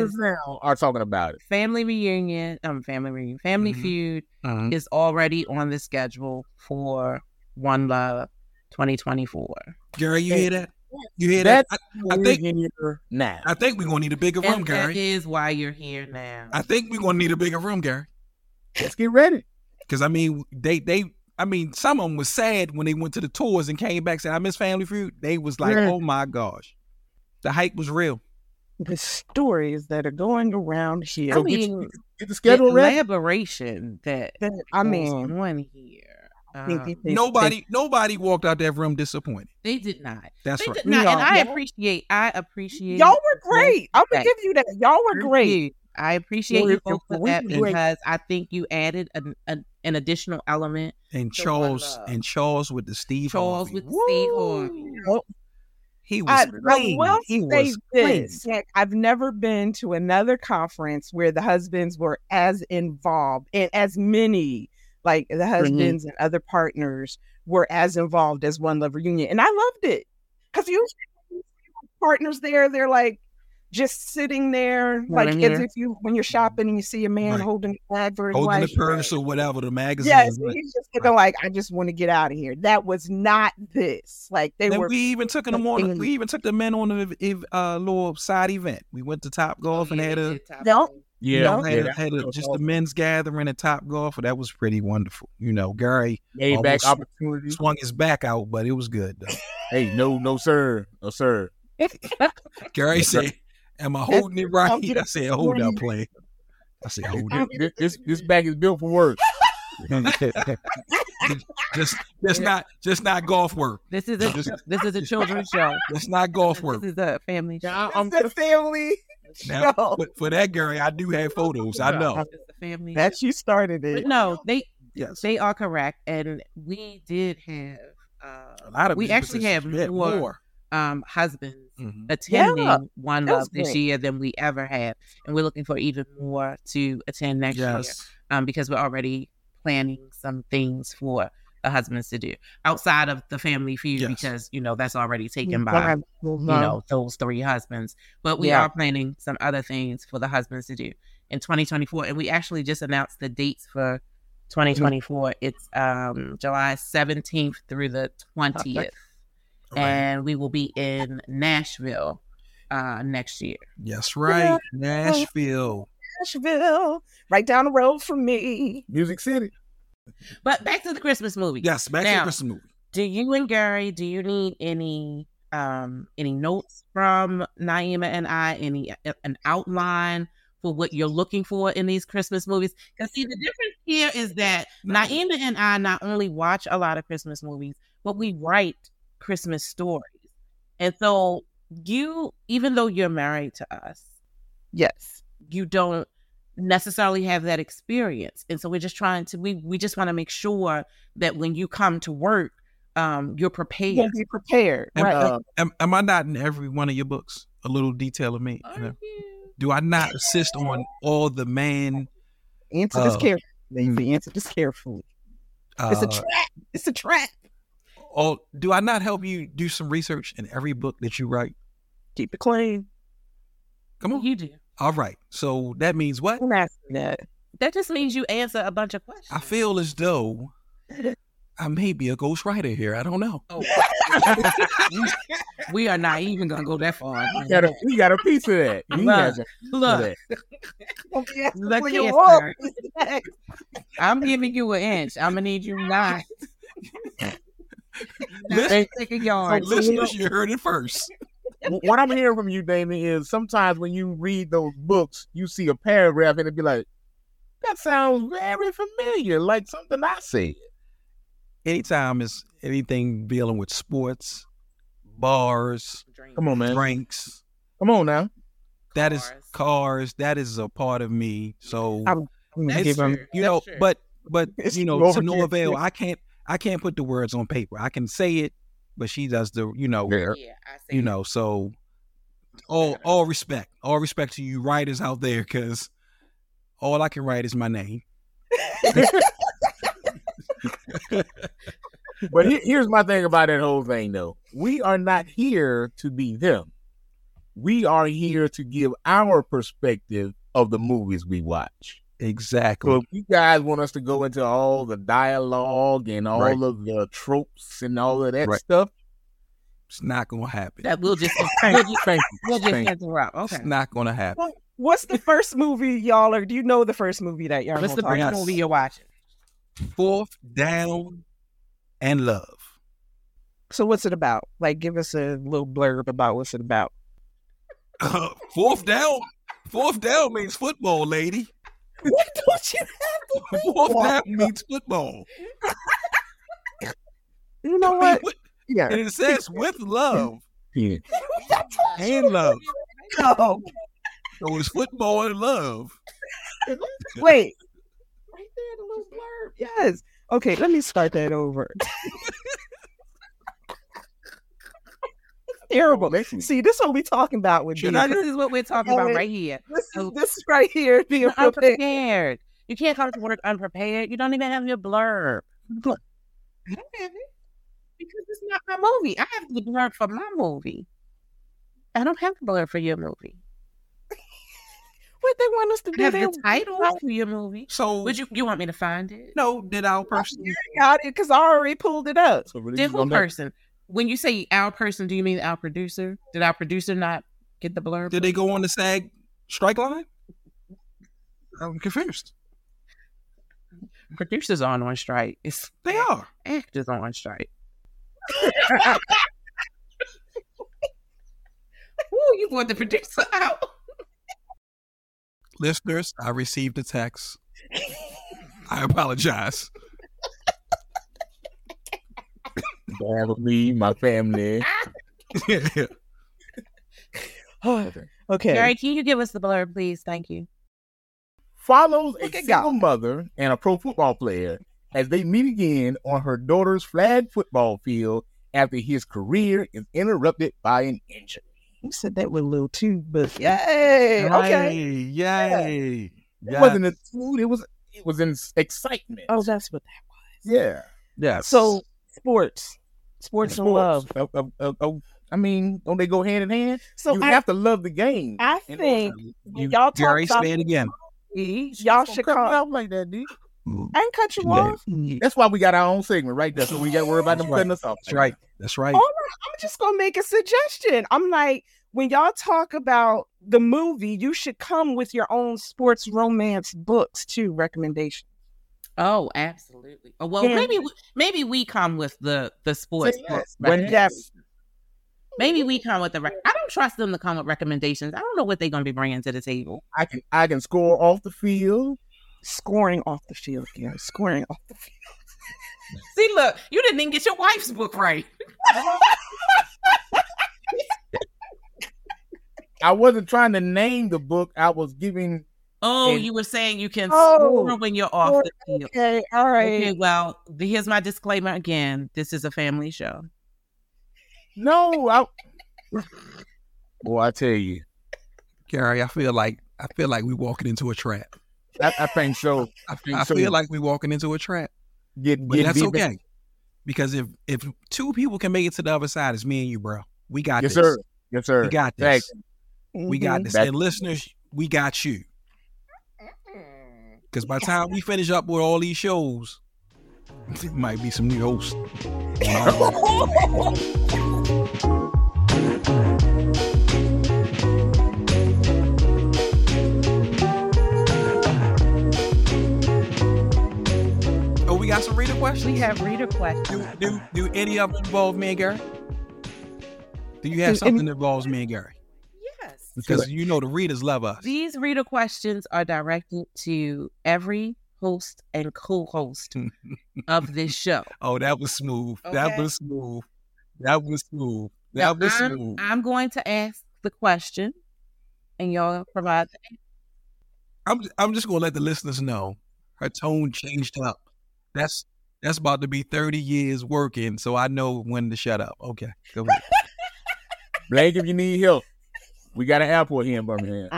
S3: listeners now are talking about it.
S2: family reunion, um, family reunion, family
S1: Mm-hmm.
S5: Mhm.
S2: feud is already on the schedule for One Love 2024.
S5: Gary, you hear that? You hear that?
S3: That's
S5: I,
S3: I
S5: think-
S3: think here now.
S5: I think we're gonna need a bigger room,
S2: And that
S5: Gary.
S2: is why you're here now.
S5: I think we're gonna need a bigger room, Gary.
S3: Let's get ready.
S5: Because I mean, they they I mean, some of them was sad when they went to the tours and came back saying, "I miss family food." They was like,
S1: Yeah.
S5: "Oh my gosh, the hype was real."
S1: the stories that are going around here.
S2: I
S3: So get
S2: mean,
S3: Get the
S2: the
S3: schedule ready.
S2: collaboration that
S1: that, I
S2: goes
S1: mean,
S2: on here.
S1: I think
S2: Um,
S1: they- they-
S5: Nobody nobody walked out that room disappointed.
S2: they did not.
S5: That's
S2: they
S5: right.
S2: did not.
S1: We
S2: and I
S1: all-
S2: appreciate. I appreciate.
S1: y'all were great. I'm gonna
S2: Right.
S1: give you that. Y'all were great.
S2: You. I appreciate
S1: We're-
S2: you both for
S1: we're
S2: that
S1: great.
S2: because I think you added an, an, an additional element.
S5: And
S2: So
S5: Charles
S2: what, uh,
S5: and Charles with the Steve
S2: Charles
S5: Harvey.
S2: with
S5: Woo!
S2: Steve Harvey.
S5: He was
S1: I, I
S5: clean.
S1: will
S5: he
S1: say
S5: was
S1: this:
S5: clean.
S1: that I've never been to another conference where the husbands were as involved and as many like
S5: Mm-hmm.
S1: the husbands and other partners were as involved as One Love Reunion. And I loved it because usually when you see partners there, they're like just sitting there, like
S2: in
S1: as
S2: here.
S1: if you when you're shopping and you see a man
S5: Mm-hmm. Right.
S1: holding a flag for his
S5: holding
S1: wife.
S5: the purse or whatever the magazine.
S1: Yes,
S5: is, right.
S1: he's just looking like I just want to get out of here. That was not this. Like they
S5: Then
S1: were
S5: we even took them on.
S1: fucking-
S5: We even took the men on a ev- uh, little side event. We went to Top Golf and had a
S1: Nope.
S3: Yeah,
S1: No.
S5: had, a, had a, just a men's gathering at Top Golf. That was pretty wonderful. You know, Gary
S3: Laid
S5: almost-
S3: back
S2: Mm-hmm.
S3: opportunity.
S5: swung his back out, but it was good. Though.
S3: Hey, no, no, sir, no, sir.
S5: Gary
S3: Yes, sir.
S5: said, "Am I holding it right?"
S1: I'll get
S5: I said, "Hold
S1: one
S5: up, play." I said, "Hold it."
S3: This, this this bag is built for work.
S5: just, just not, just not golf work.
S2: This is a this is a children's show.
S5: That's not golf work.
S2: This is a family show.
S3: Yeah, I- I'm
S1: It's the family
S5: Now,
S1: show.
S5: but for that, Gary, I do have photos. I know.
S2: This is a family. show.
S1: That you started
S2: But
S1: it.
S2: no, they
S5: Yes,
S2: they are correct, and we did have
S5: a
S2: uh,
S5: lot of
S2: we
S5: these
S2: actually
S5: positions,
S2: have
S5: we had
S2: more,
S5: more.
S2: um husbands
S5: Mhm.
S2: attending One
S1: that
S2: Love
S1: was
S2: this
S1: great.
S2: year than we ever have, and we're looking for even more to attend next year.
S5: Yes.
S2: um, because we're already planning some things for the husbands to do outside of the family feud
S5: Yes.
S2: because you know that's already taken by
S1: Five, well,
S2: you know those three husbands but we
S1: Yeah.
S2: are planning some other things for the husbands to do in 2024 and we actually just announced the dates for 2024 it's um july 17th through the 20th
S5: Right.
S2: and we will be in nashville uh next year
S5: Yes, right. Nashville.
S1: Nashville, right down the road from me.
S3: Music City.
S2: but back to the christmas movie
S5: Yes, back to
S2: Now-
S5: the Christmas movie.
S2: do you and Gary, do you need any um any notes from Naima and I, any a- an outline for what you're looking for in these Christmas movies? Because see the difference here is that Naima and I not only watch a lot of Christmas movies, but we write Christmas stories. And so you even though you're married to us,
S1: Yes.
S2: you don't necessarily have that experience and so we're just trying to we we just want to make sure that when you come to work um you're prepared
S1: You can be prepared.
S5: And-
S1: Right.
S5: uh, Am, am I not in every one of your books? A little detail of me. you know? Do I not assist on all the man?
S1: answer this
S5: uh,
S1: carefully. Lacey, Answer this carefully.
S5: Uh,
S1: It's a trap. It's a trap.
S5: all, do I not help you do some research in every book that you write?
S1: Keep it clean.
S5: Come on.
S2: you do
S5: all right. So that means what?
S1: Don't ask me that.
S2: that just means you answer a bunch of questions
S5: I feel as though I may be a ghostwriter here. I don't know.
S2: oh, we are not even gonna go that far
S3: We got a, we got a piece of that. We
S2: Look,
S3: has a piece of
S2: look
S3: that.
S1: Don't be asking
S2: Look
S1: for
S2: here,
S1: your
S2: sir.
S1: walk.
S2: i'm giving you an inch i'm gonna need you nine
S5: Listen-
S2: take a yard
S1: So listen-
S5: Listeners, you heard it first.
S3: What I'm hearing from you, Damon, is sometimes when you read those books, you see a paragraph and it be like, "That sounds very familiar, like something I said."
S5: Anytime is anything dealing with sports, bars,
S3: Come on, man.
S5: drinks,
S3: Come on now.
S5: that is cars, that is a part of me. So
S1: I'm I'm gonna
S5: That's
S1: give him.
S2: true.
S5: you
S2: That's
S5: know,
S2: true.
S5: but but
S1: It's
S5: you know,
S1: more
S5: to no
S1: than-
S5: avail. I can't I can't put the words on paper. I can say it, but she does the you know
S3: Yeah.
S2: yeah, I see.
S5: you know. So all all respect, all respect to you writers out there, because all I can write is my name.
S3: But he- here's my thing about that whole thing, though. We are not here to be them. We are here to give our perspective of the movies we watch. So
S5: Exactly.
S3: if you guys want us to go into all the dialogue and all
S5: Right.
S3: of the tropes and all of that
S5: Right.
S3: stuff,
S5: It's not gonna happen.
S2: that we'll just we'll
S3: thank you,
S2: just,
S3: thank
S2: we'll
S3: you,
S2: just
S3: thank you.
S2: interrupt okay
S5: It's not gonna happen.
S1: What- What's the first movie y'all are? Do you know the first movie that y'all?
S2: what's
S1: What's
S2: the
S5: Yes.
S2: first movie you're watching
S5: Fourth down and love.
S1: so what's it about? Like, give us a little blurb about what's it about.
S5: fourth down. Fourth down means football, lady.
S1: What don't you?
S5: Fourth down means football.
S1: You know what? Yeah.
S5: And it says with love
S3: Yeah.
S5: and love.
S1: No.
S5: So it's football and love.
S1: Wait. Right there, the little blurb. Yes. Okay, let me start that over. Terrible.
S3: Listen.
S1: See, this what we talking about with
S5: Should
S1: being
S5: I
S1: pre-
S2: this is what we're talking about right here
S1: this,
S2: Oh.
S1: is, this right here being
S2: I'm
S1: prepared.
S2: prepared. You can't come to work unprepared. You don't even have your blurb. Look, I don't have it because it's not my movie. I have the blurb for my movie. I don't have the blurb for your movie.
S1: What they want us to
S2: I
S1: do?
S2: have
S1: They
S2: the title for your movie.
S5: So
S2: Would you you want me to find it?
S5: no, did our person
S1: got it because I already pulled it up.
S3: So
S2: Then
S3: religious
S2: who
S3: on that.
S2: person? When you say our person, do you mean our producer? Did our producer not get the blurb?
S5: did they go on the SAG strike line? I'm confused.
S2: Producers aren't on strike. It's
S5: They are.
S2: actors eh, on strike. Ooh, you want the producer out?
S5: Listeners, I received a text. I apologize.
S3: Bad with me, my family. Okay.
S1: Okay.
S2: Gary, can you give us the blurb, please? Thank you.
S3: Follows a
S1: Look at
S3: single
S1: God.
S3: mother and a pro football player as they meet again on her daughter's flag football field after his career is interrupted by an injury.
S1: You said that with a little too, but yay. Okay.
S5: Yay.
S3: It wasn't a mood. It was it was in excitement.
S1: Oh, that's what
S3: yeah.
S1: that.
S5: Yes.
S1: So sports, sports, and love.
S3: Sports. Uh, uh, uh, uh, I mean, don't they go hand in hand?
S1: So
S3: you
S1: I,
S3: have to love the game.
S1: I
S3: in
S1: think
S3: order to-
S1: when y'all talk
S5: Jerry,
S1: about
S5: say it again.
S1: y'all
S3: Don't
S1: should
S3: cut me
S1: call.
S3: off like that, dude.
S1: I ain't cut you
S5: Yeah.
S1: off.
S3: That's why we got our own segment right there. So we got to worry about them
S5: That's right.
S3: cutting us off.
S5: That's right. That's right.
S1: Oh, no, I'm just gonna make a suggestion. I'm like, when y'all talk about the movie, you should come with your own sports romance books too. Recommendation.
S2: Oh, absolutely. Oh, well,
S1: Yeah.
S2: maybe we- maybe we come with the the sports.
S3: Say yes.
S2: book
S1: When- Yes.
S2: Maybe we come with the. Rec- I don't trust them to come with recommendations. I don't know what they're going to be bringing to the table.
S3: I can I can score off the field.
S1: Scoring off the field, yeah. Scoring off the field.
S2: See, look, you didn't even get your wife's book right.
S3: I wasn't trying to name the book. I was giving
S2: Oh,
S3: And-
S2: you were saying you can
S1: Oh.
S2: score when you're off the field.
S1: Okay, all right.
S2: Okay, well, th- here's my disclaimer again. This is a family show.
S3: no. I, boy, I tell you,
S5: Gary, I feel like I feel like we walking into a trap.
S3: I, I think so.
S5: I,
S3: think
S5: I
S3: so.
S5: feel like we walking into a trap.
S3: Get,
S5: But
S3: get
S5: that's
S3: beat
S5: okay. Because if if two people can make it to the other side, it's me and you, bro. We got
S3: Yes,
S5: this.
S3: sir. Yes, sir.
S5: We got this.
S3: Thanks.
S5: We got this.
S3: That-
S5: And listeners, we got you. Because by the time we finish up with all these shows, there might be some new hosts.
S1: Mm-hmm.
S5: oh, we got some reader questions?
S2: We have reader questions.
S5: Do, do, do any of them involve me and Gary? Do you have
S1: Do
S5: something
S1: any-
S5: that involves me and Gary?
S2: Yes.
S5: Because you know the readers love us.
S2: These reader questions are directed to every host and co-host of this show.
S5: Oh, that was smooth. That
S2: Okay.
S5: was smooth. That was smooth.
S2: Now,
S5: That was
S2: I'm,
S5: smooth.
S2: I'm going to ask the question, and y'all provide.
S5: I'm I'm just gonna let the listeners know her tone changed up. That's that's about to be 30 years working, so I know when to shut up. Okay. Go ahead.
S3: Blake, if you need help, we got an airport here in Birmingham.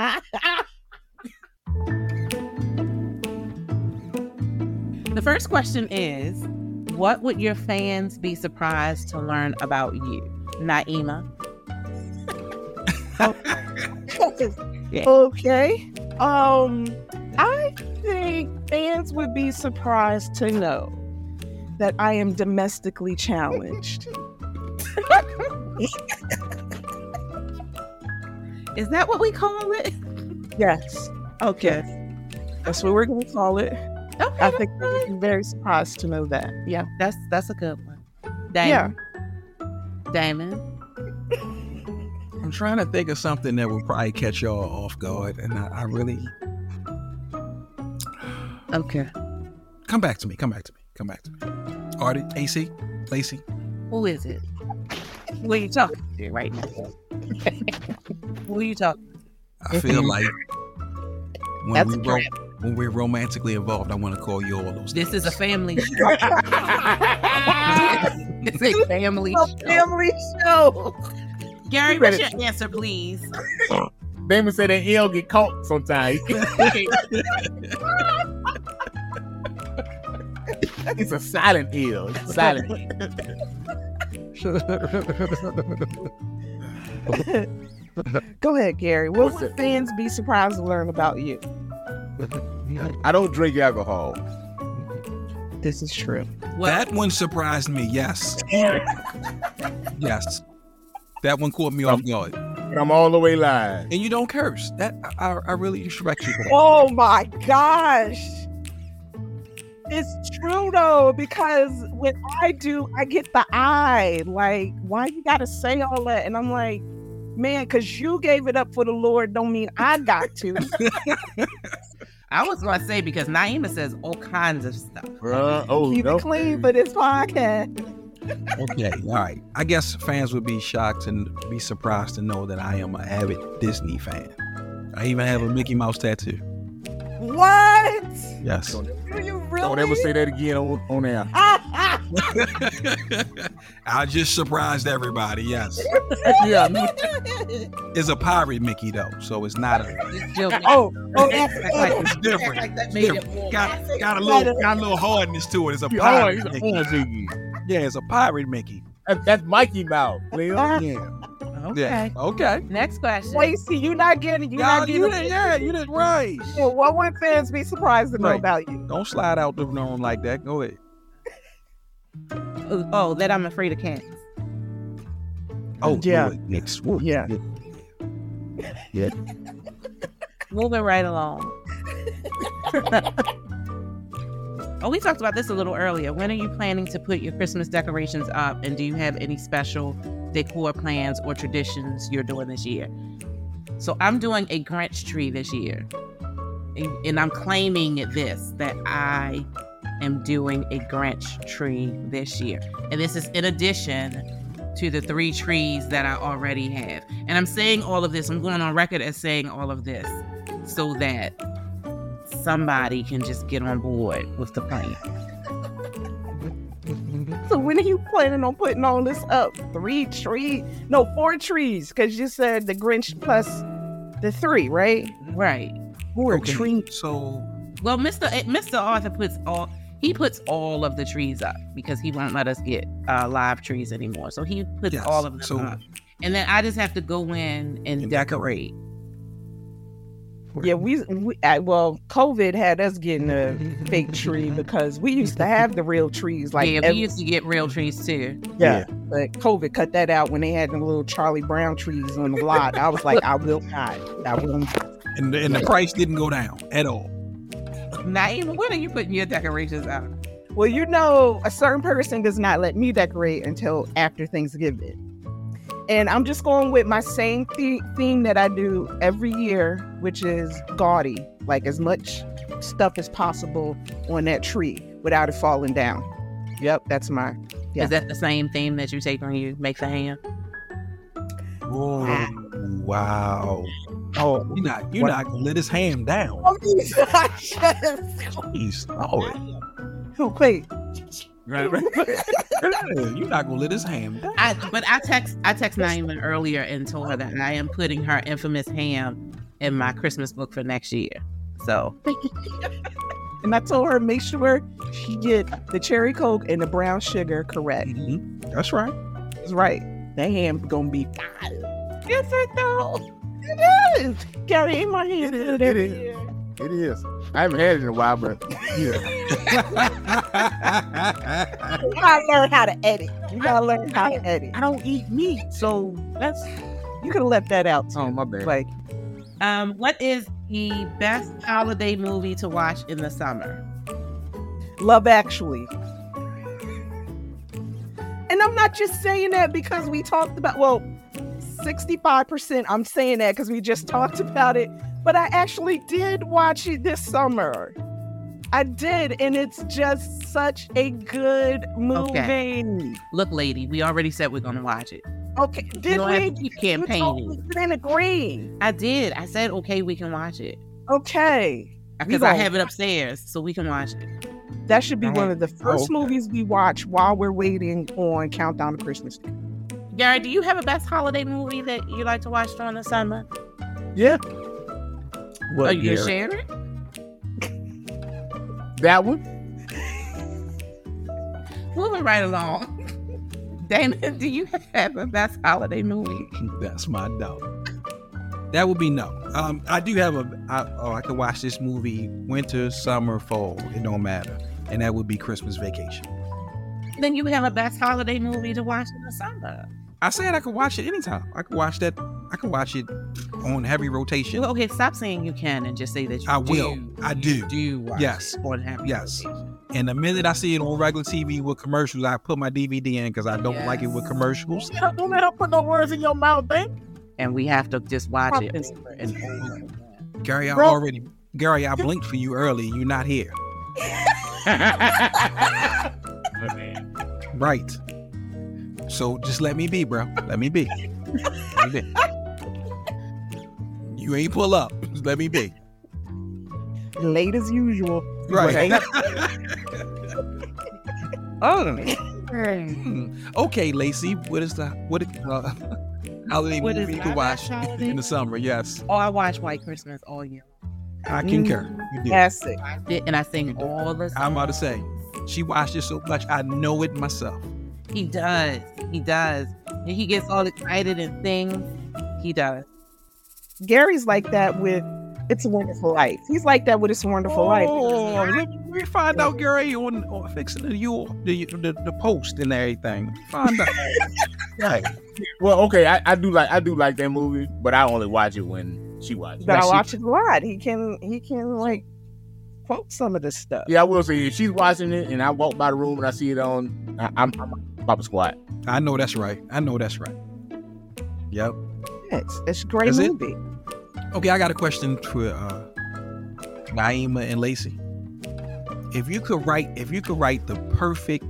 S2: The first question is, what would your fans be surprised to learn about you, Naima?
S1: Okay. Um, I think fans would be surprised to know that I am domestically challenged.
S2: Is that what we call it?
S1: Yes. Okay. That's what we're going to call it.
S2: Okay,
S1: I think
S2: that's,
S1: they would
S2: good.
S1: be very surprised to know that. Yeah.
S2: that's that's a good one. Damon. Damon.
S5: I'm trying to think of something that will probably catch y'all off guard. And I, I really
S2: Okay.
S5: come back to me. Come back to me. Come back to me. Artie, AC, Lacey.
S2: Who is it? Who are you talking to right now? Who are you talking?
S5: I feel like when
S2: That's a
S5: we ro- when we're romantically involved, I want to call you all those.
S2: This is a
S5: names.
S2: family show. it's a family show.
S1: Family show.
S2: Gary,
S3: You
S2: what's
S3: better-
S2: your answer, please?
S3: Damon said that L get caught sometimes. it's a silent ill. It's a silent. ill.
S1: Go ahead, Gary. What
S3: What's
S1: would
S3: it?
S1: fans be surprised to learn about you?
S3: I don't drink alcohol.
S1: This is true.
S2: Well,
S5: that one surprised me. Yes. yes. That one caught me off guard.
S3: But I'm all the way live.
S5: And you don't curse. That I, I- I really respect you for that.
S1: Oh my gosh. It's true though, because when I do, I get the eye. Like, why you gotta say all that? And I'm like, man, because you gave it up for the Lord, don't mean I got to.
S2: I was gonna say because Naima says all kinds of stuff.
S3: Bruh, oh,
S1: Keep
S3: no.
S1: it clean for this podcast.
S5: Okay. All right. I guess fans would be shocked and be surprised to know that I am an avid Disney fan. I even have a Mickey Mouse tattoo.
S1: What?
S5: Yes.
S1: Do you really?
S3: Don't ever say that again on, on air.
S5: I just surprised everybody. Yes.
S3: yeah, I mean,
S5: It's a pirate Mickey though, so it's not a.
S2: It's Jill-
S1: oh, oh, that's
S2: Act like-
S5: It's
S2: act
S5: different.
S2: like that made it more-
S5: Got, got a little got a little hardness to it. It's oh, a
S3: you are,
S5: pirate.
S3: he's a
S5: Mickey.
S3: horn jiggy.
S5: Yeah, it's a pirate Mickey.
S3: That, that's Mikey Mouth, Leo.
S5: Yeah.
S2: Okay.
S5: Yeah. Okay.
S2: Next question.
S1: Lacey, you not getting you
S5: Y'all,
S1: not
S5: you
S1: getting Oh.
S5: did, yeah, you did right.
S1: Well, what would fans be surprised to know
S5: Right.
S1: about you?
S5: Don't slide out the norm like that. Go ahead.
S2: Oh, oh, that I'm afraid of cats.
S5: Oh,
S1: Yeah.
S5: Lord, Next. Woo.
S1: Yeah.
S2: Moving right along. oh, we talked about this a little earlier. When are you planning to put your Christmas decorations up, and do you have any special decor plans or traditions you're doing this year? So I'm doing a Grinch tree this year, and, and I'm claiming this that I am doing a Grinch tree this year, and this is in addition to the three trees that I already have. And I'm saying all of this. I'm going on record as saying all of this so that somebody can just get on board with the plan.
S1: So when are you planning on putting all this up? Three tree? No, four trees. Because you said the Grinch plus the three, right?
S2: Right.
S5: Poor tree. So
S2: Well, Mr. eh, Mr. Arthur puts all he puts all of the trees up because he won't let us get uh, live trees anymore. So he puts
S5: Yes.
S2: all of them
S5: So-
S2: up, and then I just have to go in and
S5: And
S2: decorate.
S1: Yeah, we, we I, well, COVID had us getting a fake tree because we used to have the real trees. Like
S2: yeah,
S1: ev-
S2: we used to get real trees too.
S1: yeah, but COVID cut that out when they had the little Charlie Brown trees on the lot. I was like, I will not. I will. Not.
S5: and the, and the price didn't go down at all.
S2: Naima, when are you putting your decorations up?
S1: Well, you know, a certain person does not let me decorate until after Thanksgiving. And I'm just going with my same the- theme that I do every year, which is gaudy, like as much stuff as possible on that tree without it falling down. Yep, that's my. Yeah.
S2: Is that the same theme that you take when you make the ham?
S5: Whoa. Oh, Wow.
S1: Oh,
S5: You're not you're
S1: Ah. What?
S5: not gonna let his ham down. Jeez, Lord.
S1: wait.
S3: Right, right.
S5: Yeah, You're not gonna let his ham down.
S2: I, but I text I text Naima earlier and told her that I am putting her infamous ham in my Christmas book for next year. So
S1: And I told her make sure she get the cherry coke and the brown sugar correct.
S5: Mhm. That's right.
S1: That's right. That ham gonna be
S2: yes, I know.
S1: It is. Gary, ain't my hand.
S3: It is,
S1: good
S3: it
S1: every
S3: is.
S1: year?
S3: It is. I haven't had it in a while, but yeah.
S1: You gotta learn how to edit. You gotta learn how to edit.
S3: I don't eat meat, so that's.
S1: You could have left that out too.
S3: Oh, my bad.
S1: Like,
S2: Um, what is the best holiday movie to watch in the summer?
S1: love actually. And I'm not just saying that because we talked about, well, 65%. I'm saying that because we just talked about it, but I actually did watch it this summer. I did, and it's just such a good movie.
S2: Okay.
S1: Okay,
S2: Look, lady, we already said we're gonna watch it. You
S1: did
S2: don't have to
S1: we?
S2: keep
S1: You told me
S2: campaigning.
S1: you didn't agree.
S2: I did. I said okay, we can watch it
S1: Okay.
S2: because I
S1: gon-
S2: have it upstairs, so we can watch it.
S1: That should be
S2: Right.
S1: one of the first
S5: okay.
S1: movies we watch while we're waiting on Countdown to Christmas.
S2: Gary, do you have a best holiday movie that you like to watch during the summer? Oh,
S3: Yeah.
S2: Are
S3: What
S2: you gonna share it?
S3: That one?
S2: Moving right along. Dana, do you have a best holiday movie?
S5: That's my no. That would be no. Um, I do have a. I, oh, I could watch this movie winter, summer, fall. It don't matter. And that would be Christmas Vacation.
S2: Then you have a best holiday movie to watch in the summer.
S5: I said I could watch it anytime. I could watch that. I could watch it on heavy rotation.
S2: Well, okay, stop saying you can and just say that you
S5: I
S2: do.
S5: will. I
S2: You
S5: do.
S2: do watch
S5: Yes.
S2: it on happy
S5: Yes.
S2: Rotation.
S5: And the minute I see it on regular TV with commercials, I put my DVD in because I don't like it with
S2: Yes.
S5: commercials.
S1: Don't let her put no words in your mouth, babe.
S2: And we have to just watch it
S1: Promise.
S2: over and over again.
S5: Gary, I
S1: Bro.
S5: already Gary, I blinked for you early. You're not here. Right. So just let me be, bro. Let me be. Let me be. You ain't pull up. Just let me be.
S1: Late as usual.
S5: Right.
S2: What
S5: Hmm. Okay, Lacey. What is the what is, uh, holiday
S2: is
S5: movie you
S2: my
S5: can watch
S2: best holiday
S5: in the summer? Yes,
S2: Oh, I watch White Christmas all year.
S5: I
S1: Mm.
S5: concur. You did.
S1: Fantastic.
S2: I sit and I sing all the
S5: I'm about to
S2: songs.
S5: say, she watched it so much, I know it myself.
S2: He does. He does. And he gets all excited and things. He does.
S1: Gary's like that with It's a Wonderful Life. He's like that with It's a Wonderful Life.
S5: Oh, let me find out, Gary, on, on fixing the, you the, the the post and everything. Let me Find out.
S3: Right. Well, okay, I, I do like I do like that movie, but I only watch it when she watches.
S1: But I
S5: Yes, he-
S1: watch it a lot. He can he can like quote some of this stuff.
S3: Yeah, I will say if she's watching it and I walk by the room and I see it on, I, I'm, I'm Papa Squat.
S5: I know that's right. I know that's right. Yep.
S1: It's, it's a great
S5: Is it?
S1: movie.
S5: Okay, I got a question for uh, Naima and Lacey. If you could write, if you could write the perfect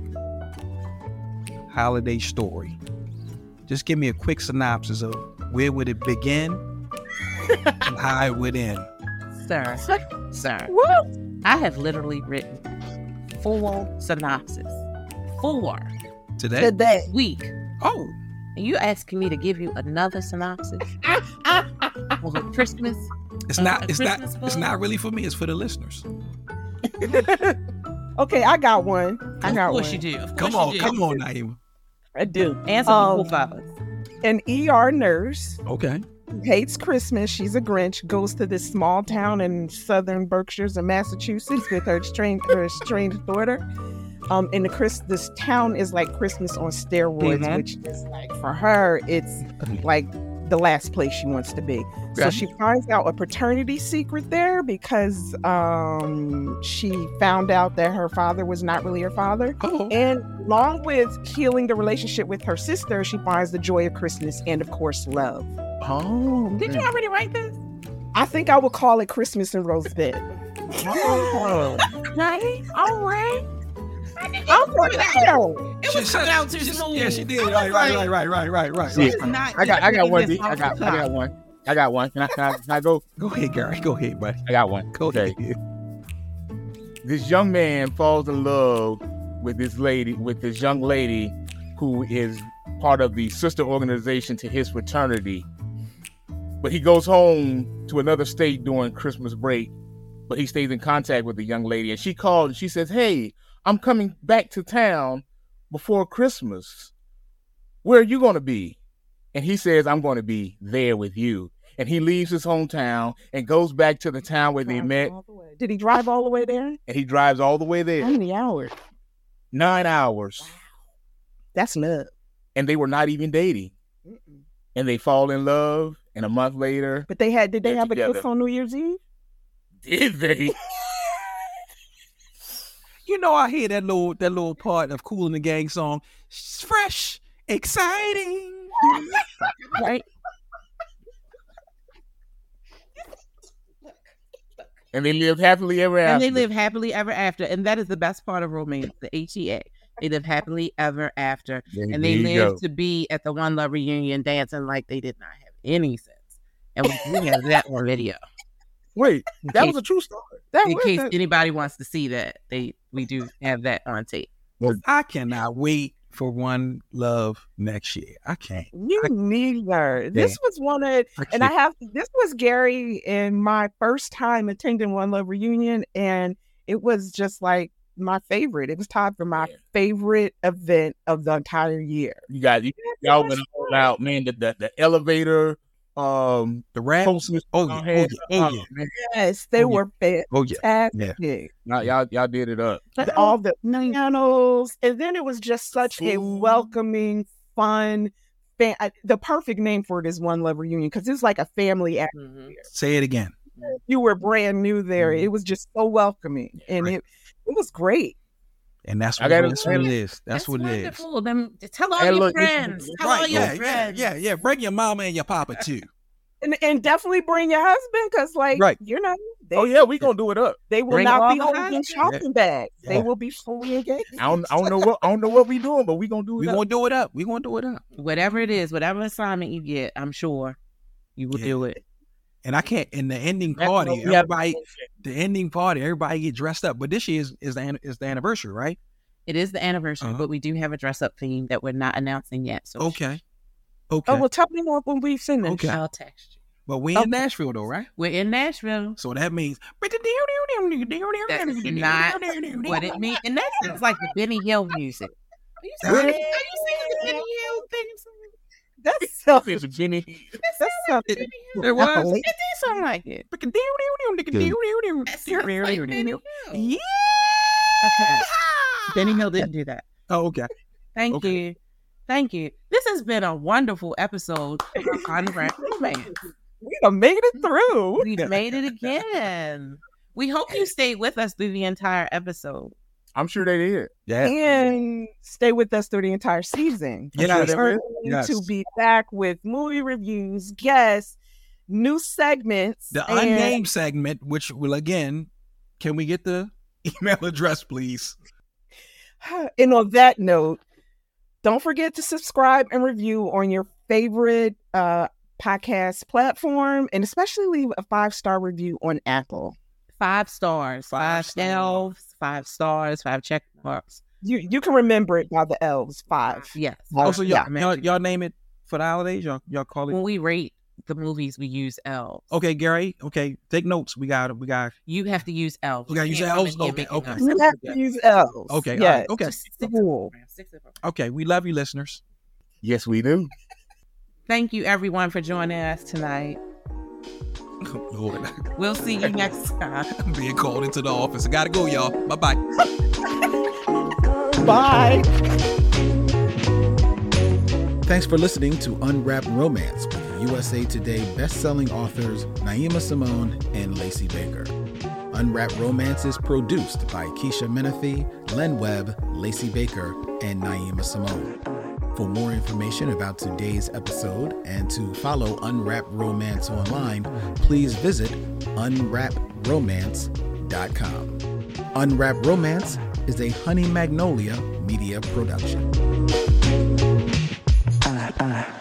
S5: holiday story, just give me a quick synopsis of where would it begin and how it would end.
S2: Sir, sir,
S1: What?
S2: I have literally written four synopsis. Four.
S5: Today?
S1: Today.
S2: Week.
S5: Oh,
S2: And you asking me to give you another synopsis? Over Christmas?
S5: it's
S2: Uh,
S5: not.
S2: a
S5: it's not.
S2: Christmas
S5: It's
S2: book?
S5: not really for me. It's for the listeners.
S1: Okay, I got one. I
S2: Of
S1: got
S2: course
S1: one.
S2: you do. Of course
S5: Come
S2: you
S5: on,
S2: do. Oh.
S5: come on, Naima.
S1: I do.
S2: And some
S1: Um,
S2: people follow us.
S1: An ER nurse
S5: Okay.
S1: who hates Christmas. She's a Grinch. Goes to this small town in southern Berkshires of Massachusetts with her estranged, her estranged daughter. Um, and the Chris, this town is like Christmas on steroids,
S2: Mhm.
S1: which is like for her, it's like the last place she wants to be. So
S5: Yeah.
S1: she finds out a paternity secret there because um, she found out that her father was not really her father.
S5: Oh,
S1: And along with healing the relationship with her sister, she finds the joy of Christmas and, of course, love.
S3: Oh,
S2: Did you
S5: Mm.
S2: already write this?
S1: I think I would call it Christmas in Rose Bed.
S2: Oh. Right? All right. Oh,
S1: I'm for that.
S2: It was cut out too smooth.
S5: Yeah, she did. Right, right, right, right, right, right, right.
S3: Yeah.
S5: right.
S2: This is not-
S3: I got I got one.
S2: this
S3: D.
S2: is
S3: I
S2: off
S3: got
S2: the
S3: I
S2: top.
S3: got one. I got one. Can I can I, can I go?
S5: Go ahead, Gary. Go ahead, buddy.
S3: I got one.
S5: Go ahead.
S3: This young man falls in love with this lady, with this young lady, who is part of the sister organization to his fraternity. But he goes home to another state during Christmas break. But he stays in contact with the young lady, and she called and she says, "Hey, I'm coming back to town before Christmas. Where are you going to be?" And he says, "I'm going to be there with you." And he leaves his hometown and goes back to the town where they met,
S1: Did he drive all the way there?
S3: and he drives all the way
S1: How
S3: there,
S1: many hours?
S3: nine hours,
S1: That's love.
S3: and they were not even dating, and they fall in love, and a month later,
S1: But they had. Did they
S3: They're
S1: have a kiss
S3: together.
S1: on New Year's Eve?
S3: did they?
S5: You know, I hear that little that little part of "Cool in the Gang" song. It's fresh, exciting.
S2: Right?
S3: And they lived happily ever after.
S2: And they live happily ever after. And that is the best part of romance, the HEA. They live happily ever after. And they live to be at the One Love reunion dancing like they did not have any sense. And we we have that on video.
S3: Wait,
S2: In
S3: that
S2: case-
S3: was a true story.
S1: That
S2: in
S1: was
S2: case
S1: it.
S2: anybody wants to see that, they we do have that on tape.
S5: I cannot wait for One Love next year. I can't.
S1: You neither. This was one of,
S5: I
S1: and
S5: can't.
S1: I have. This was Gary and my first time attending One Love reunion, and it was just like my favorite. It was tied for my favorite event of the entire year.
S3: You guys, you, y'all went all out, man. The the, the elevator, um,
S5: The rap. Oh,
S3: posters.
S5: yeah, oh, yeah, oh, yeah.
S3: man.
S1: Yes, they
S5: Oh, yeah.
S1: were
S5: Oh, yeah.
S1: fantastic.
S3: Y'all- y'all y'all did it up.
S1: The- all the pianos, and then it was just such a
S3: Food.
S1: welcoming, fun. Fan- I- the perfect name for it is One Love Reunion because it's like a family. Act.
S2: Mhm.
S5: Say it again.
S1: You were brand new there. It was just so welcoming, and
S5: right.
S1: it it was great.
S5: And that's
S3: I
S5: what,
S3: gotta-
S5: that's what it is. That's, what it is.
S2: wonderful. Them, tell all
S3: Hey,
S2: your
S3: look, it's-
S2: friends. Tell all
S5: Right.
S2: your
S5: Yeah, yeah,
S2: friends.
S5: yeah, yeah. Bring your mama and your papa too.
S1: And and definitely bring your husband because like
S5: Right.
S1: you know they
S3: Oh yeah, we gonna do it up.
S1: they will
S2: Bring
S1: not
S2: all
S1: be
S2: the
S1: holding
S2: friends.
S1: shopping bags. They
S5: Yeah.
S1: will be fully engaged.
S3: I don't I don't know what I don't know what we doing, but we gonna do it
S5: We
S3: up.
S5: gonna do it up. We gonna do it up.
S2: Whatever it is, whatever assignment you get, I'm sure you will
S5: Yeah.
S2: do it.
S5: And I can't. And the ending
S3: That's what
S5: party,
S3: we have-
S5: everybody. The ending party, everybody get dressed up. But this year is, is the an- is the anniversary, right?
S2: It is the anniversary,
S5: Uh-huh.
S2: but we do have a dress up theme that we're not announcing yet. So
S5: Okay. Okay.
S1: Oh well, tell me more when we finish.
S5: Okay.
S2: I'll text you.
S5: but we
S1: okay.
S5: in Nashville though, right?
S2: We're in Nashville.
S5: So that means
S2: That is not what it means. And that sounds like the Benny Hill music. Are you singing, are you singing the Benny Hill thing?
S1: That's so,
S3: It's Jenny.
S1: that's something.
S2: Benny Hill?
S5: There was.
S2: It did sound like it. That sounds like Benny Hill. Okay. Benny Hill didn't do that.
S5: Oh, okay.
S2: Thank
S5: Okay.
S2: you. Thank you. This has been a wonderful episode of Unwrapped Romance.
S1: We done made it through.
S2: We made it again. We hope you stayed with us through the entire episode.
S3: I'm sure they did.
S5: Yeah.
S1: And stay with us through the entire season.
S5: Yes.
S1: We're going
S5: Yes.
S1: to be back with movie reviews, guests, new segments.
S5: The
S1: and-
S5: unnamed segment, which will again, can we get the email address, please?
S1: And on that note, don't forget to subscribe and review on your favorite uh, podcast platform, and especially leave a five star review on Apple.
S2: Five stars,
S5: Five
S2: five,
S5: stars.
S2: elves, five stars, five check marks.
S1: You you can remember it by the elves five.
S2: Yes.
S1: Oh,
S5: Also, y'all,
S2: yeah.
S5: y'all, y'all name it for the holidays. Y'all, y'all call
S3: Mm.
S5: it.
S2: When we rate the movies, we use elves.
S5: Okay, Gary. Okay, take notes. We got. We got.
S2: You have to use elves.
S5: We gotta use
S2: can't come
S5: elves?
S2: in here
S5: Okay,
S2: making
S5: okay.
S2: up
S1: You
S2: stuff.
S1: have to use elves.
S5: Okay. all
S1: Yes.
S5: right, okay.
S2: Just stick to the
S1: Cool.
S2: program, stick to the program.
S5: Okay. We love you, listeners.
S3: Yes, we do.
S2: Thank you, everyone, for joining us tonight.
S5: Lord,
S2: We'll see you next time.
S5: I'm being called into the office. I gotta go, y'all. Bye bye.
S1: Bye.
S6: Thanks for listening to Unwrapped Romance with USA Today best-selling authors Naima Simone and Lacey Baker. Unwrapped Romance is produced by Keisha Menefee, Len Webb, Lacey Baker, and Naima Simone. For more information about today's episode and to follow Unwrapped Romance online, please visit unwrapromance.com. Unwrapped Romance is a Honey Magnolia media production.
S4: Uh, uh.